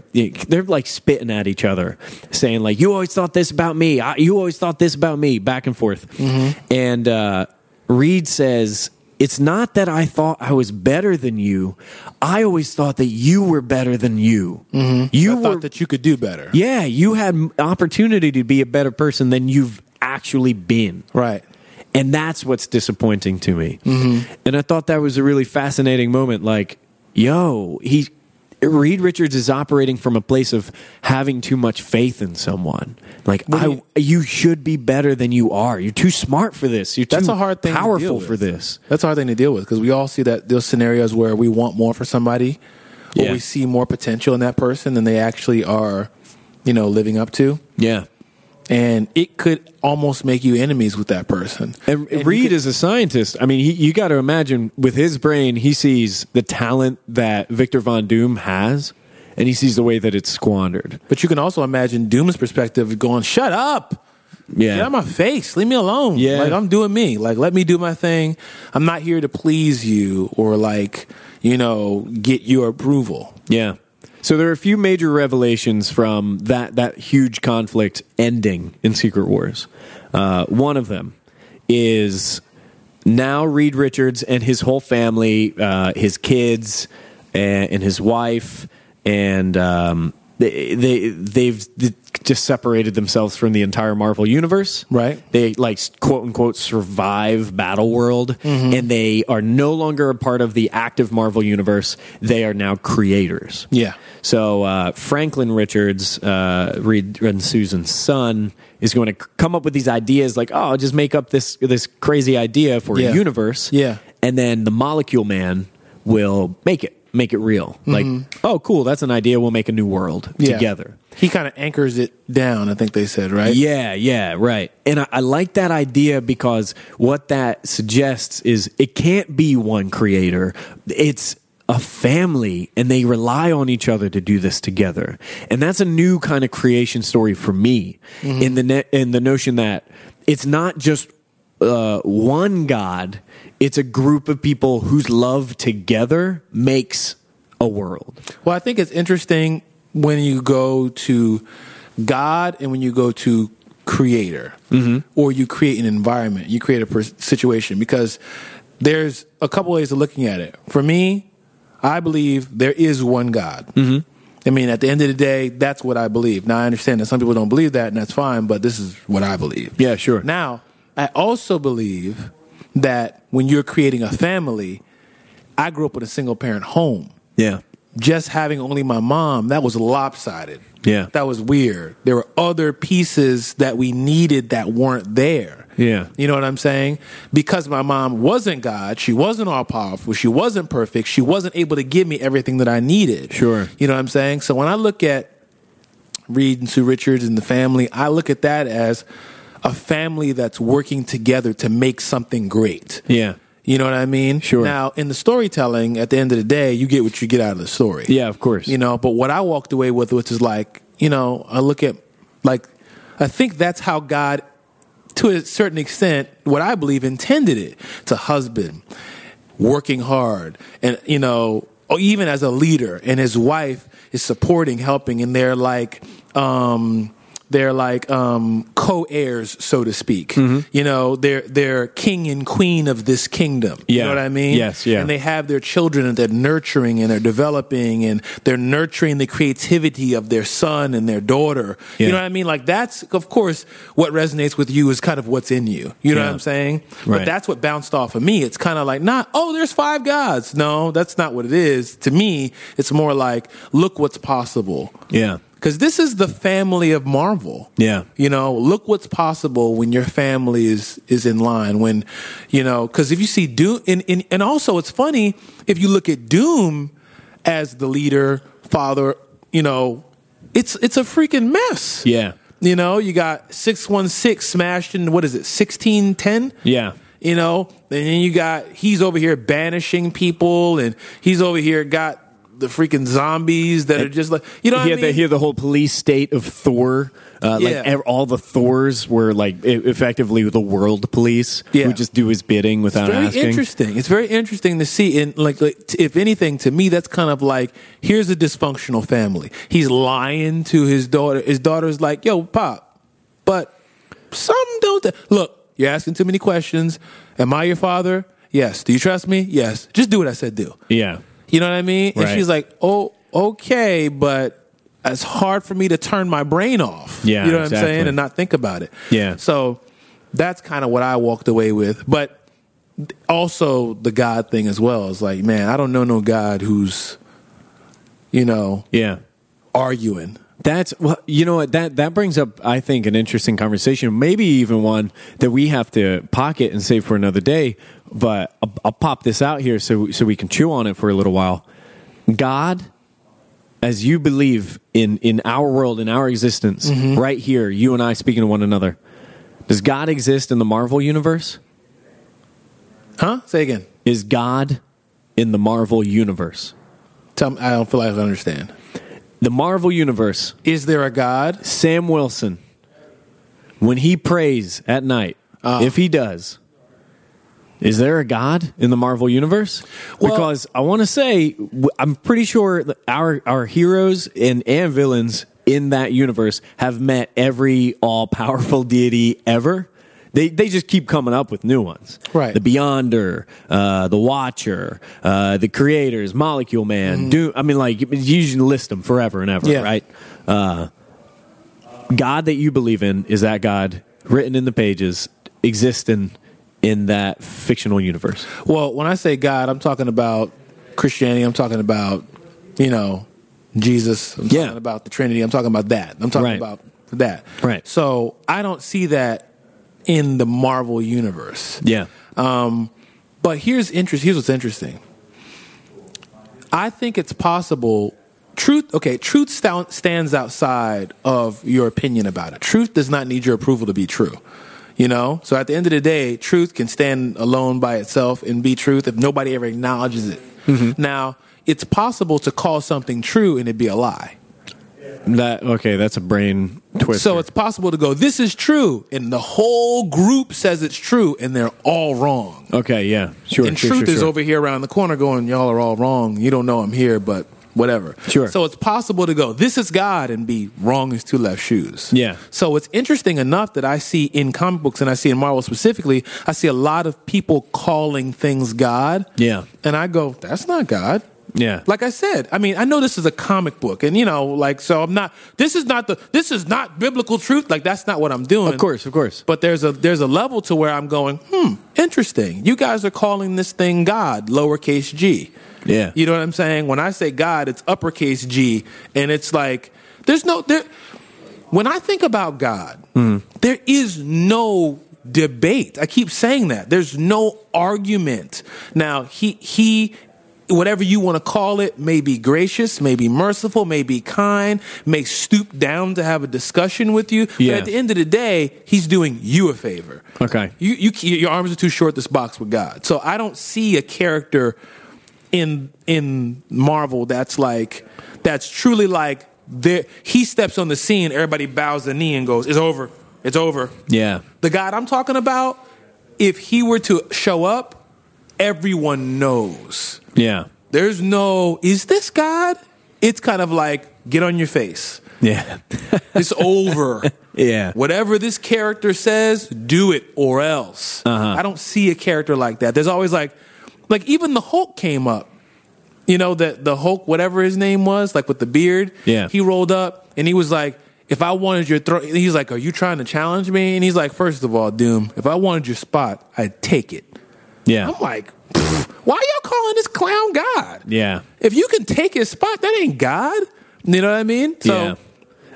[SPEAKER 2] they're like spitting at each other, saying like, "You always thought this about me. I, you always thought this about me." Back and forth.
[SPEAKER 1] Mm-hmm.
[SPEAKER 2] And uh, Reed says, "It's not that I thought I was better than you. I always thought that you were better than you. You
[SPEAKER 1] Mm-hmm. I
[SPEAKER 2] were
[SPEAKER 1] thought that you could do better.
[SPEAKER 2] yeah, you had m- opportunity to be a better person than you've actually been.
[SPEAKER 1] Right.
[SPEAKER 2] And that's what's disappointing to me.
[SPEAKER 1] Mm-hmm.
[SPEAKER 2] And I thought that was a really fascinating moment. Like, yo, he Reed Richards is operating from a place of having too much faith in someone. Like,
[SPEAKER 1] What do
[SPEAKER 2] I, you, should be better than you are. You're too smart for this. You're too
[SPEAKER 1] That's a hard thing to deal
[SPEAKER 2] powerful
[SPEAKER 1] with.
[SPEAKER 2] for this.
[SPEAKER 1] That's a hard thing to deal with because we all see that those scenarios where we want more for somebody or
[SPEAKER 2] Yeah.
[SPEAKER 1] we see more potential in that person than they actually are, you know, living up to.
[SPEAKER 2] Yeah.
[SPEAKER 1] And it could almost make you enemies with that person.
[SPEAKER 2] And,
[SPEAKER 1] you
[SPEAKER 2] Reed
[SPEAKER 1] could-
[SPEAKER 2] is a scientist. I mean, he, you got to imagine with his brain, he sees the talent that Victor Von Doom has, and he sees the way that it's squandered.
[SPEAKER 1] But you can also imagine Doom's perspective going, shut up. Get out of my face. Leave me alone.
[SPEAKER 2] Yeah.
[SPEAKER 1] Like I'm doing me. Like let me do my thing. I'm not here to please you or like, you know, get your approval.
[SPEAKER 2] yeah. So there are a few major revelations from that that huge conflict ending in Secret Wars. Uh, one of them is now Reed Richards and his whole family, uh, his kids, and, and his wife, and um, they, they they've just separated themselves from the entire Marvel universe.
[SPEAKER 1] Right.
[SPEAKER 2] They like quote unquote survive Battle World,
[SPEAKER 1] Mm-hmm.
[SPEAKER 2] and they are no longer a part of the active Marvel universe. They are now creators.
[SPEAKER 1] Yeah.
[SPEAKER 2] So uh, Franklin Richards, uh, Reed and Susan's son, is going to c- come up with these ideas like, oh, I'll just make up this this crazy idea for
[SPEAKER 1] Yeah.
[SPEAKER 2] a universe.
[SPEAKER 1] Yeah.
[SPEAKER 2] And then the Molecule Man will make it, make it real. Like, oh, cool, that's an idea. We'll make a new world
[SPEAKER 1] Mm-hmm. Yeah.
[SPEAKER 2] together.
[SPEAKER 1] He kind of anchors it down, I think they said, right?
[SPEAKER 2] Yeah, yeah, right. And I, I like that idea because what that suggests is it can't be one creator. It's a family and they rely on each other to do this together. And that's a new kind of creation story for me in the ne- in the notion that it's not just uh, one God, it's a group of people whose love together makes a world.
[SPEAKER 1] Well, I think it's interesting when you go to God and when you go to creator or you create an environment, you create a per- situation because there's a couple ways of looking at it. For me, I believe there is one God. Mm-hmm. I mean, at the end of the day, that's what I believe. Now, I understand that some people don't believe that, and that's fine, but this is what I believe.
[SPEAKER 2] Yeah, sure.
[SPEAKER 1] Now, I also believe that when you're creating a family, I grew up in a single parent home
[SPEAKER 2] Yeah.
[SPEAKER 1] just having only my mom, that was lopsided.
[SPEAKER 2] Yeah.
[SPEAKER 1] That was weird. There were other pieces that we needed that weren't there.
[SPEAKER 2] Yeah.
[SPEAKER 1] You know what I'm saying? Because my mom wasn't God, she wasn't all powerful, she wasn't perfect, she wasn't able to give me everything that I needed.
[SPEAKER 2] Sure.
[SPEAKER 1] You know what I'm saying? So when I look at Reed and Sue Richards and the family, I look at that as a family that's working together to make something great.
[SPEAKER 2] Yeah.
[SPEAKER 1] You know what I mean?
[SPEAKER 2] Sure.
[SPEAKER 1] Now, in the storytelling, at the end of the day, you get what you get out of the story.
[SPEAKER 2] Yeah, of course.
[SPEAKER 1] You know, but what I walked away with, which is like, you know, I look at, like, I think that's how God to a certain extent, what I believe intended it to husband, working hard, and you know, or even as a leader, and his wife is supporting, helping, and they're like, um, they're like um, co-heirs, so to speak.
[SPEAKER 2] Mm-hmm.
[SPEAKER 1] You know, they're they're king and queen of this kingdom. You
[SPEAKER 2] Yeah.
[SPEAKER 1] know what I mean?
[SPEAKER 2] Yes, yeah.
[SPEAKER 1] And they have their children and they're nurturing and they're developing and they're nurturing the creativity of their son and their daughter. You
[SPEAKER 2] Yeah.
[SPEAKER 1] know what I mean? Like that's of course what resonates with you is kind of what's in you. You know what
[SPEAKER 2] Yeah.
[SPEAKER 1] I'm saying? But
[SPEAKER 2] Right.
[SPEAKER 1] that's what bounced off of me. It's kind of like not oh there's five gods. No, that's not what it is. To me, it's more like look what's possible.
[SPEAKER 2] Yeah.
[SPEAKER 1] Because this is the family of Marvel.
[SPEAKER 2] Yeah.
[SPEAKER 1] You know, look what's possible when your family is is in line. When, you know, because if you see Doom, and, and, and also it's funny if you look at Doom as the leader, father, you know, it's it's a freaking mess.
[SPEAKER 2] Yeah.
[SPEAKER 1] You know, you got 616 smashed in, what is it, 1610?
[SPEAKER 2] Yeah.
[SPEAKER 1] you know and then you got he's over here banishing people and he's over here got the freaking zombies that are just like you know what
[SPEAKER 2] he
[SPEAKER 1] I
[SPEAKER 2] had
[SPEAKER 1] mean?
[SPEAKER 2] the, he had the whole police state of Thor. Uh, Like
[SPEAKER 1] Yeah.
[SPEAKER 2] ev- all the Thors were like e- effectively the world police
[SPEAKER 1] Yeah.
[SPEAKER 2] who just do his bidding without
[SPEAKER 1] very
[SPEAKER 2] asking.
[SPEAKER 1] interesting. It's very interesting to see. And like, like, t- if anything, to me, that's kind of like here's a dysfunctional family. He's lying to his daughter. His daughter's like, "Yo, pop," but some don't. th- Look, you're asking too many questions. Am I your father? Yes. Do you trust me? Yes. Just do what I said. Do.
[SPEAKER 2] Yeah,
[SPEAKER 1] You know what I mean? And
[SPEAKER 2] Right.
[SPEAKER 1] she's like, "Oh, okay, but." It's hard for me to turn my brain off.
[SPEAKER 2] Yeah,
[SPEAKER 1] you know what
[SPEAKER 2] exactly.
[SPEAKER 1] I'm saying, and not think about it.
[SPEAKER 2] Yeah.
[SPEAKER 1] So that's kind of what I walked away with. But also the God thing as well. It's like, man, I don't know no God who's, you know,
[SPEAKER 2] yeah.
[SPEAKER 1] arguing.
[SPEAKER 2] That's well, you know what that that brings up. I think an interesting conversation, maybe even one that we have to pocket and save for another day. But I'll, I'll pop this out here so so we can chew on it for a little while. God, as you believe in in our world, in our existence, right here, you and I speaking to one another. Does God exist in the Marvel universe?
[SPEAKER 1] Huh? Say again.
[SPEAKER 2] Is God in the Marvel universe?
[SPEAKER 1] Tell me, I don't feel like I understand.
[SPEAKER 2] The Marvel universe
[SPEAKER 1] Is there a God?
[SPEAKER 2] Sam Wilson, when he prays at night,
[SPEAKER 1] Ah.
[SPEAKER 2] if he does, is there a God in the Marvel universe?
[SPEAKER 1] Well-
[SPEAKER 2] because I want to say w- I'm pretty sure that our our heroes and and villains in that universe have met every all powerful deity ever. They, they just keep coming up with new ones.
[SPEAKER 1] Right.
[SPEAKER 2] The Beyonder, uh, the Watcher, uh, the Creators, Molecule Man. Doom, I mean, like you can list them forever and ever,
[SPEAKER 1] Yeah.
[SPEAKER 2] right? Uh, God that you believe in is that God written in the pages, existing in that fictional universe.
[SPEAKER 1] Well, when I say God, I'm talking about Christianity. I'm talking about, you know, Jesus. I'm
[SPEAKER 2] Yeah.
[SPEAKER 1] talking about the Trinity. I'm talking about that. I'm talking
[SPEAKER 2] Right.
[SPEAKER 1] about that.
[SPEAKER 2] Right.
[SPEAKER 1] So I don't see that in the Marvel universe.
[SPEAKER 2] Yeah.
[SPEAKER 1] But here's interest. Here's what's interesting. I think it's possible. Truth. Okay, truth stou- stands outside of your opinion about it. Truth does not need your approval to be true. You know. So at the end of the day, truth can stand alone by itself and be truth if nobody ever acknowledges it. Now, it's possible to call something true and it be a lie.
[SPEAKER 2] That okay, that's a brain twist.
[SPEAKER 1] So it's possible to go, "This is true," and the whole group says it's true, and they're all wrong.
[SPEAKER 2] okay, yeah. Sure.
[SPEAKER 1] and
[SPEAKER 2] sure,
[SPEAKER 1] truth
[SPEAKER 2] sure,
[SPEAKER 1] is
[SPEAKER 2] sure.
[SPEAKER 1] over here around the corner going y'all are all wrong you don't know i'm here but whatever
[SPEAKER 2] Sure.
[SPEAKER 1] so it's possible to go this is god and be wrong as two left shoes
[SPEAKER 2] Yeah.
[SPEAKER 1] so it's interesting enough that i see in comic books and i see in marvel specifically i see a lot of people calling things god
[SPEAKER 2] Yeah.
[SPEAKER 1] and i go that's not god
[SPEAKER 2] Yeah.
[SPEAKER 1] like I said, I mean, I know this is a comic book, and you know, like, so I'm not. This is not the. This is not biblical truth. Like, that's not what I'm doing.
[SPEAKER 2] Of course, of course.
[SPEAKER 1] But there's a there's a level to where I'm going. Hmm, interesting. You guys are calling this thing God, lowercase G.
[SPEAKER 2] Yeah.
[SPEAKER 1] You know what I'm saying? When I say God, it's uppercase G, and it's like there's no there. When I think about God,
[SPEAKER 2] Hmm.
[SPEAKER 1] there is no debate. I keep saying that. There's no argument. Now he he. Whatever you want to call it, may be gracious, may be merciful, may be kind, may stoop down to have a discussion with you.
[SPEAKER 2] Yeah.
[SPEAKER 1] But at the end of the day, he's doing you a favor.
[SPEAKER 2] Okay.
[SPEAKER 1] You, you, your arms are too short to box with God. So I don't see a character in in Marvel that's like that's truly like there. He steps on the scene, everybody bows the knee and goes, "It's over. It's over.
[SPEAKER 2] Yeah.
[SPEAKER 1] The God I'm talking about, if he were to show up, everyone knows.
[SPEAKER 2] Yeah.
[SPEAKER 1] There's no, is this God? It's kind of like, get on your face.
[SPEAKER 2] Yeah.
[SPEAKER 1] It's over.
[SPEAKER 2] yeah.
[SPEAKER 1] Whatever this character says, do it or else.
[SPEAKER 2] Uh-huh.
[SPEAKER 1] I don't see a character like that. There's always like, like even the Hulk came up. You know that the Hulk, whatever his name was, like with the beard.
[SPEAKER 2] Yeah.
[SPEAKER 1] he rolled up and he was like, "If I wanted your throne," he's like, "Are you trying to challenge me?" And he's like, first of all, Doom, if I wanted your spot, I'd take it."
[SPEAKER 2] Yeah.
[SPEAKER 1] I'm like, "Pfft, "Why y'all calling this clown God?
[SPEAKER 2] Yeah.
[SPEAKER 1] If you can take his spot, that ain't God." You know what I mean? So
[SPEAKER 2] yeah.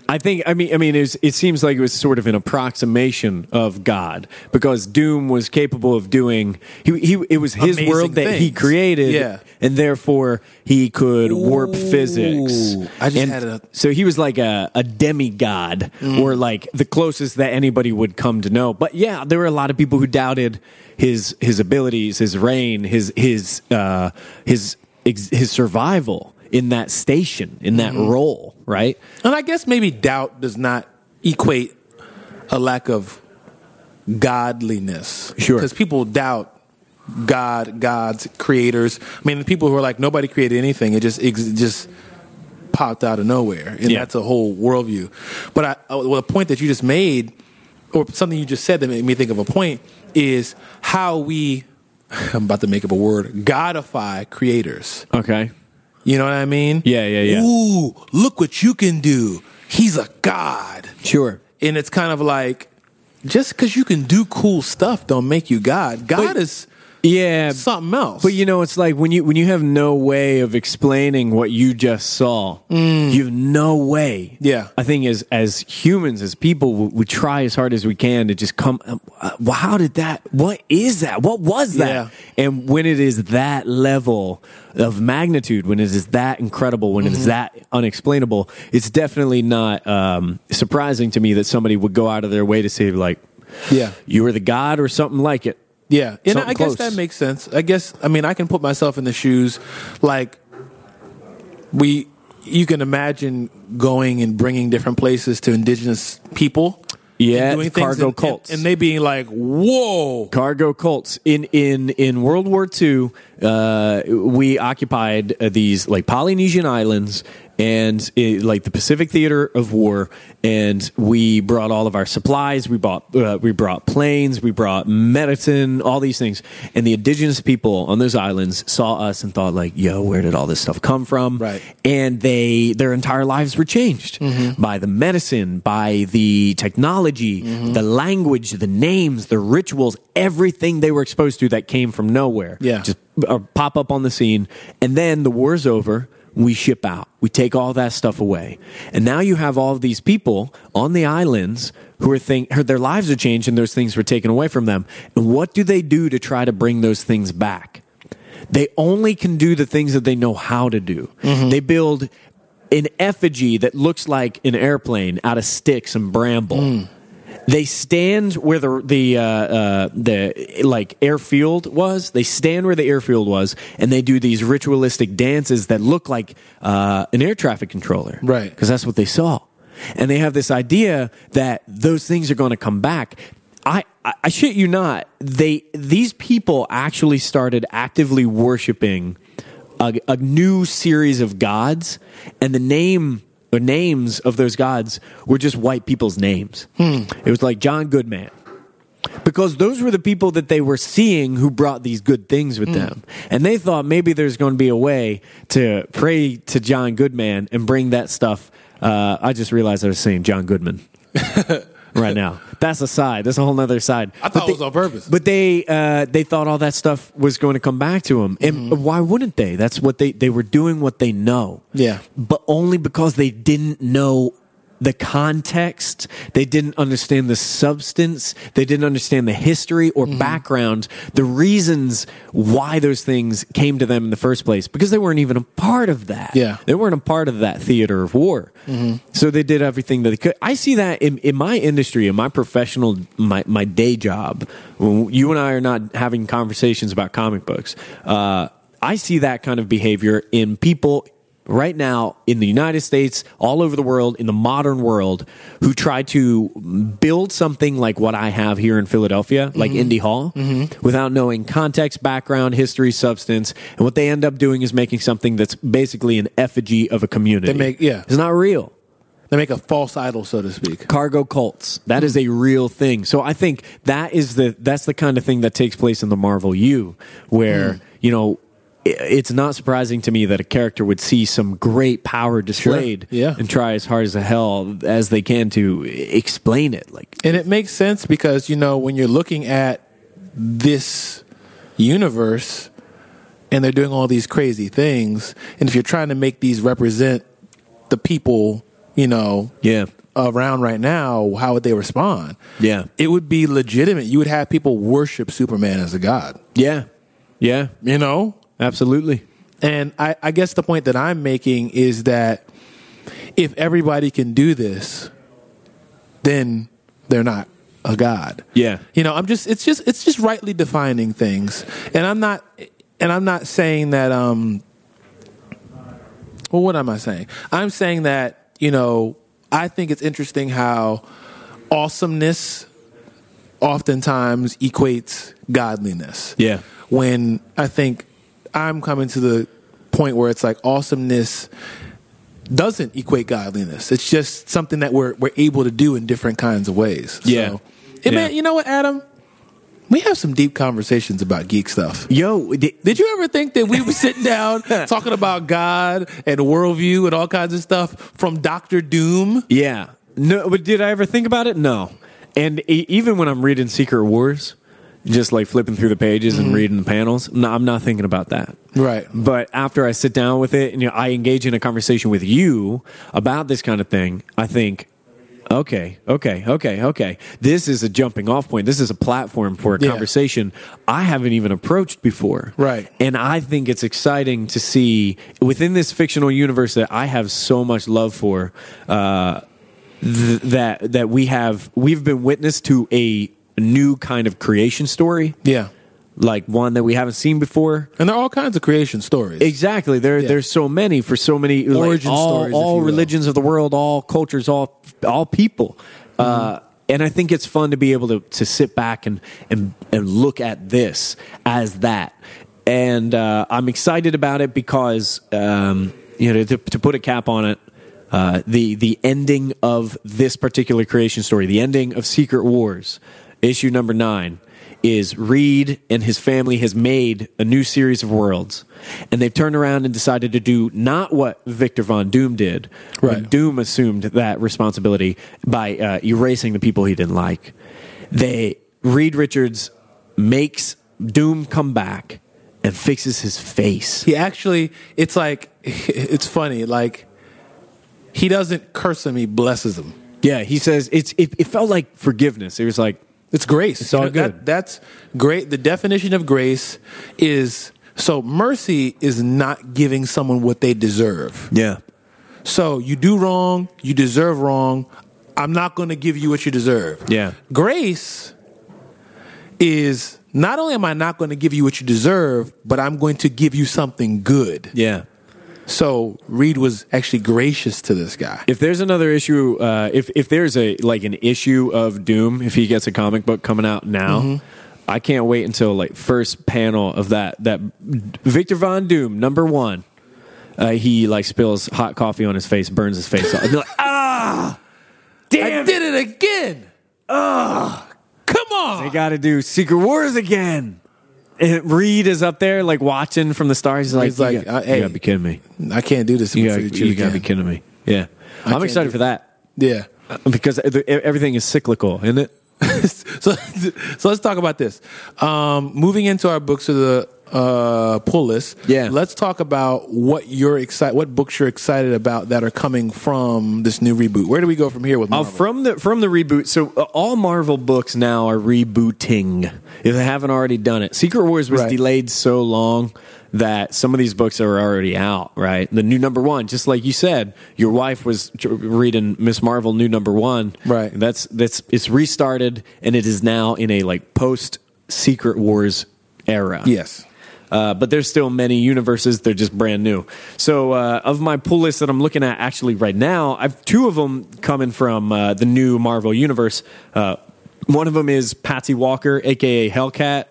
[SPEAKER 2] I think I mean I mean it, was, it seems like it was sort of an approximation of God because Doom was capable of doing he, he it was his
[SPEAKER 1] Amazing
[SPEAKER 2] world that he
[SPEAKER 1] things.
[SPEAKER 2] created
[SPEAKER 1] Yeah.
[SPEAKER 2] and therefore he could warp
[SPEAKER 1] Ooh,
[SPEAKER 2] physics.
[SPEAKER 1] I just
[SPEAKER 2] And
[SPEAKER 1] had a- Mm.
[SPEAKER 2] so he was like a, a demigod or like the closest that anybody would come to know. But yeah, there were a lot of people who doubted his his abilities, his reign, his his uh, his ex- his survival in that station, in that
[SPEAKER 1] Mm-hmm.
[SPEAKER 2] role, right?
[SPEAKER 1] And I guess maybe doubt does not equate a lack of godliness.
[SPEAKER 2] Sure.
[SPEAKER 1] Because people doubt God, gods, creators. I mean, the people who are like, nobody created anything. It just, it just popped out of nowhere. And
[SPEAKER 2] Yeah.
[SPEAKER 1] that's a whole worldview. But I, uh, well, the point that you just made, or something you just said that made me think of a point, is how we, I'm about to make up a word, godify creators.
[SPEAKER 2] Okay.
[SPEAKER 1] You know what I mean?
[SPEAKER 2] Yeah, yeah, yeah.
[SPEAKER 1] Ooh, look what you can do. He's a god.
[SPEAKER 2] Sure.
[SPEAKER 1] And it's kind of like just because you can do cool stuff don't make you God. God
[SPEAKER 2] But-
[SPEAKER 1] is
[SPEAKER 2] Yeah.
[SPEAKER 1] something else.
[SPEAKER 2] But you know, it's like when you when you have no way of explaining what you just saw, you have no way.
[SPEAKER 1] Mm. Yeah.
[SPEAKER 2] I think as as humans, as people, we, we try as hard as we can to just come. uh, Uh, well, how did that? What is that? What was that? And when it is that level of magnitude, when it is that incredible, when it
[SPEAKER 1] Mm-hmm.
[SPEAKER 2] is that unexplainable, it's definitely not um, surprising to me that somebody would go out of their way to say like,
[SPEAKER 1] yeah.
[SPEAKER 2] "You were the god" or something like it.
[SPEAKER 1] Yeah, and
[SPEAKER 2] Something
[SPEAKER 1] I
[SPEAKER 2] close.
[SPEAKER 1] guess that makes sense. I guess I mean I can put myself in the shoes, like we. You can imagine going and bringing different places to indigenous people.
[SPEAKER 2] Yeah,
[SPEAKER 1] and doing things
[SPEAKER 2] cargo
[SPEAKER 1] and- and-
[SPEAKER 2] cults.
[SPEAKER 1] and they being like, "Whoa,
[SPEAKER 2] cargo cults in in in World War II. Uh, we occupied uh, these like Polynesian islands and uh, like the Pacific Theater of War, and we brought all of our supplies. We bought uh, we brought planes, we brought medicine, all these things. And the indigenous people on those islands saw us and thought like, "Yo, where did all this stuff come from?"
[SPEAKER 1] Right.
[SPEAKER 2] and they their entire lives were changed by the medicine, by the technology, the language, the names, the rituals, everything they were exposed to that came from nowhere.
[SPEAKER 1] Yeah.
[SPEAKER 2] just uh, pop up on the scene, and then the war's over. We ship out. We take all that stuff away, and now you have all of these people on the islands who are think who- their lives are changed, and those things were taken away from them. And what do they do to try to bring those things back? They only can do the things that they know how to do. They build an effigy that looks like an airplane out of sticks and bramble. They stand where the the uh, uh, the like airfield was. They stand where the airfield was, and they do these ritualistic dances that look like uh, an air traffic controller,
[SPEAKER 1] Right.
[SPEAKER 2] Because that's what they saw, and they have this idea that those things are going to come back. I, I I shit you not. They these people actually started actively worshiping a, a new series of gods, and the name the names of those gods were just white people's names. It was like John Goodman. Because those were the people that they were seeing who brought these good things
[SPEAKER 1] Mm.
[SPEAKER 2] with them. And they thought maybe there's going to be a way to pray to John Goodman and bring that stuff. Uh, I just realized I was saying John Goodman right now. That's a side. That's a whole nother side.
[SPEAKER 1] I
[SPEAKER 2] But
[SPEAKER 1] thought it was
[SPEAKER 2] they-
[SPEAKER 1] on purpose.
[SPEAKER 2] But they uh, they thought all that stuff was going to come back to them, and
[SPEAKER 1] Mm-hmm.
[SPEAKER 2] why wouldn't they? That's what they they were doing. What they know.
[SPEAKER 1] Yeah.
[SPEAKER 2] But only because they didn't know the context, they didn't understand the substance, they didn't understand the history or background, the reasons why those things came to them in the first place, because they weren't even a part of that.
[SPEAKER 1] Yeah.
[SPEAKER 2] They weren't a part of that theater of war. So they did everything that they could. I see that in, in my industry, in my professional, my, my day job, when you and I are not having conversations about comic books, uh, I see that kind of behavior in people right now in the United States, all over the world, in the modern world, who try to build something like what I have here in Philadelphia,
[SPEAKER 1] Mm-hmm.
[SPEAKER 2] like Indy Hall, without knowing context, background, history, substance. And what they end up doing is making something that's basically an effigy of a community.
[SPEAKER 1] They make- yeah.
[SPEAKER 2] It's not real
[SPEAKER 1] They make a false idol, so to speak.
[SPEAKER 2] cargo cults that is a real thing so i think that is the that's the kind of thing that takes place in the marvel u where you know i- it's not surprising to me that a character would see some great power displayed
[SPEAKER 1] Yeah.
[SPEAKER 2] and try as hard as the hell as they can to explain it like
[SPEAKER 1] And it makes sense because, you know, when you're looking at this universe and they're doing all these crazy things, and if you're trying to make these represent the people, you know,
[SPEAKER 2] yeah
[SPEAKER 1] around right now, how would they respond?
[SPEAKER 2] Yeah.
[SPEAKER 1] It would be legitimate. You would have people worship Superman as a god,
[SPEAKER 2] yeah yeah
[SPEAKER 1] you know?
[SPEAKER 2] absolutely
[SPEAKER 1] And I, I guess the point that I'm making is that if everybody can do this, then they're not a god.
[SPEAKER 2] Yeah.
[SPEAKER 1] You know, I'm just it's just it's just rightly defining things. And I'm not and I'm not saying that um well what am I saying? I'm saying that, you know, I think it's interesting how awesomeness oftentimes equates godliness
[SPEAKER 2] yeah
[SPEAKER 1] when I think I'm coming to the point where it's like awesomeness doesn't equate godliness. It's just something that we're we're able to do in different kinds of ways.
[SPEAKER 2] Yeah.
[SPEAKER 1] So, Hey, man,
[SPEAKER 2] Yeah.
[SPEAKER 1] you know what, Adam? We have some deep conversations about geek stuff.
[SPEAKER 2] yo the-
[SPEAKER 1] Did you ever think that we were sitting down talking about God and worldview and all kinds of stuff from Doctor Doom?
[SPEAKER 2] Yeah. No, but did I ever think about it? No. And e- even when I'm reading Secret Wars, just like flipping through the pages and reading the panels, no, I'm not thinking about that.
[SPEAKER 1] Right.
[SPEAKER 2] But after I sit down with it and you know, I engage in a conversation with you about this kind of thing, I think, okay, okay, okay, okay. This is a jumping off point. This is a platform for a
[SPEAKER 1] Yeah.
[SPEAKER 2] conversation I haven't even approached before.
[SPEAKER 1] Right.
[SPEAKER 2] And I think it's exciting to see within this fictional universe that I have so much love for. Uh, th- that that we have we've been witness to a new kind of creation story
[SPEAKER 1] Yeah.
[SPEAKER 2] like one that we haven't seen before
[SPEAKER 1] And there are all kinds of creation stories.
[SPEAKER 2] exactly there there's so many for so many like,
[SPEAKER 1] Origin
[SPEAKER 2] all,
[SPEAKER 1] stories, if
[SPEAKER 2] all
[SPEAKER 1] you will.
[SPEAKER 2] religions of the world all cultures all all people uh, and I think it's fun to be able to, to sit back and, and and look at this as that and uh, I'm excited about it because um, you know to, to put a cap on it uh, the the ending of this particular creation story, the ending of Secret Wars, issue number nine, is Reed and his family has made a new series of worlds, and they've turned around and decided to do not what Victor Von Doom did. when
[SPEAKER 1] Right.
[SPEAKER 2] Doom assumed that responsibility by uh, erasing the people he didn't like. They Reed Richards makes Doom come back and fixes his face.
[SPEAKER 1] He actually, it's like, it's funny. Like, he doesn't curse him; he blesses him.
[SPEAKER 2] Yeah, he says it's it, it felt like forgiveness. It was like
[SPEAKER 1] It's grace. It's
[SPEAKER 2] all good.
[SPEAKER 1] that's great. The definition of grace is so mercy is not giving someone what they deserve.
[SPEAKER 2] yeah.
[SPEAKER 1] So you do wrong, you deserve wrong. I'm not going to give you what you deserve.
[SPEAKER 2] Yeah.
[SPEAKER 1] Grace is not only am I not going to give you what you deserve, but I'm going to give you something good.
[SPEAKER 2] Yeah.
[SPEAKER 1] So Reed was actually gracious to this guy.
[SPEAKER 2] If there's another issue, uh, if if there's a like an issue of Doom, if he gets a comic book coming out now,
[SPEAKER 1] Mm-hmm.
[SPEAKER 2] I can't wait until like first panel of that that Victor Von Doom number one. Uh, he like spills hot coffee on his face, burns his face off. I'd be like, ah,
[SPEAKER 1] I
[SPEAKER 2] damn!
[SPEAKER 1] did it again. Ugh. Come
[SPEAKER 2] I
[SPEAKER 1] on.
[SPEAKER 2] got to do Secret Wars again. And Reed is up there like watching from the stars. He's like,
[SPEAKER 1] He's like,
[SPEAKER 2] you,
[SPEAKER 1] uh,
[SPEAKER 2] got,
[SPEAKER 1] hey.
[SPEAKER 2] you gotta be kidding me.
[SPEAKER 1] I can't do this.
[SPEAKER 2] You
[SPEAKER 1] with
[SPEAKER 2] gotta,
[SPEAKER 1] you
[SPEAKER 2] you gotta be
[SPEAKER 1] again.
[SPEAKER 2] kidding me. Yeah,
[SPEAKER 1] I
[SPEAKER 2] I'm
[SPEAKER 1] can't
[SPEAKER 2] excited
[SPEAKER 1] do-
[SPEAKER 2] for that
[SPEAKER 1] Yeah.
[SPEAKER 2] because e, everything is cyclical, isn't it?
[SPEAKER 1] so, so let's talk about this. Um, moving into our books of the uh, pull list.
[SPEAKER 2] Yeah.
[SPEAKER 1] Let's talk about what you're excited, what books you're excited about that are coming from this new reboot. Where do we go from here with
[SPEAKER 2] Uh,
[SPEAKER 1] Marvel?
[SPEAKER 2] from the from the reboot, so uh, all Marvel books now are rebooting if they haven't already done it. Secret Wars was
[SPEAKER 1] Right.
[SPEAKER 2] delayed so long that some of these books are already out. Right, the new number one, just like you said, your wife was tr- reading Miss Marvel new number one.
[SPEAKER 1] Right.
[SPEAKER 2] that's that's it's restarted and it is now in a like post Secret Wars era.
[SPEAKER 1] yes.
[SPEAKER 2] Uh, but there's still many universes. They're just brand new. So uh, of my pull list that I'm looking at actually right now, I've two of them coming from uh, the new Marvel universe. Uh, one of them is Patsy Walker, aka Hellcat.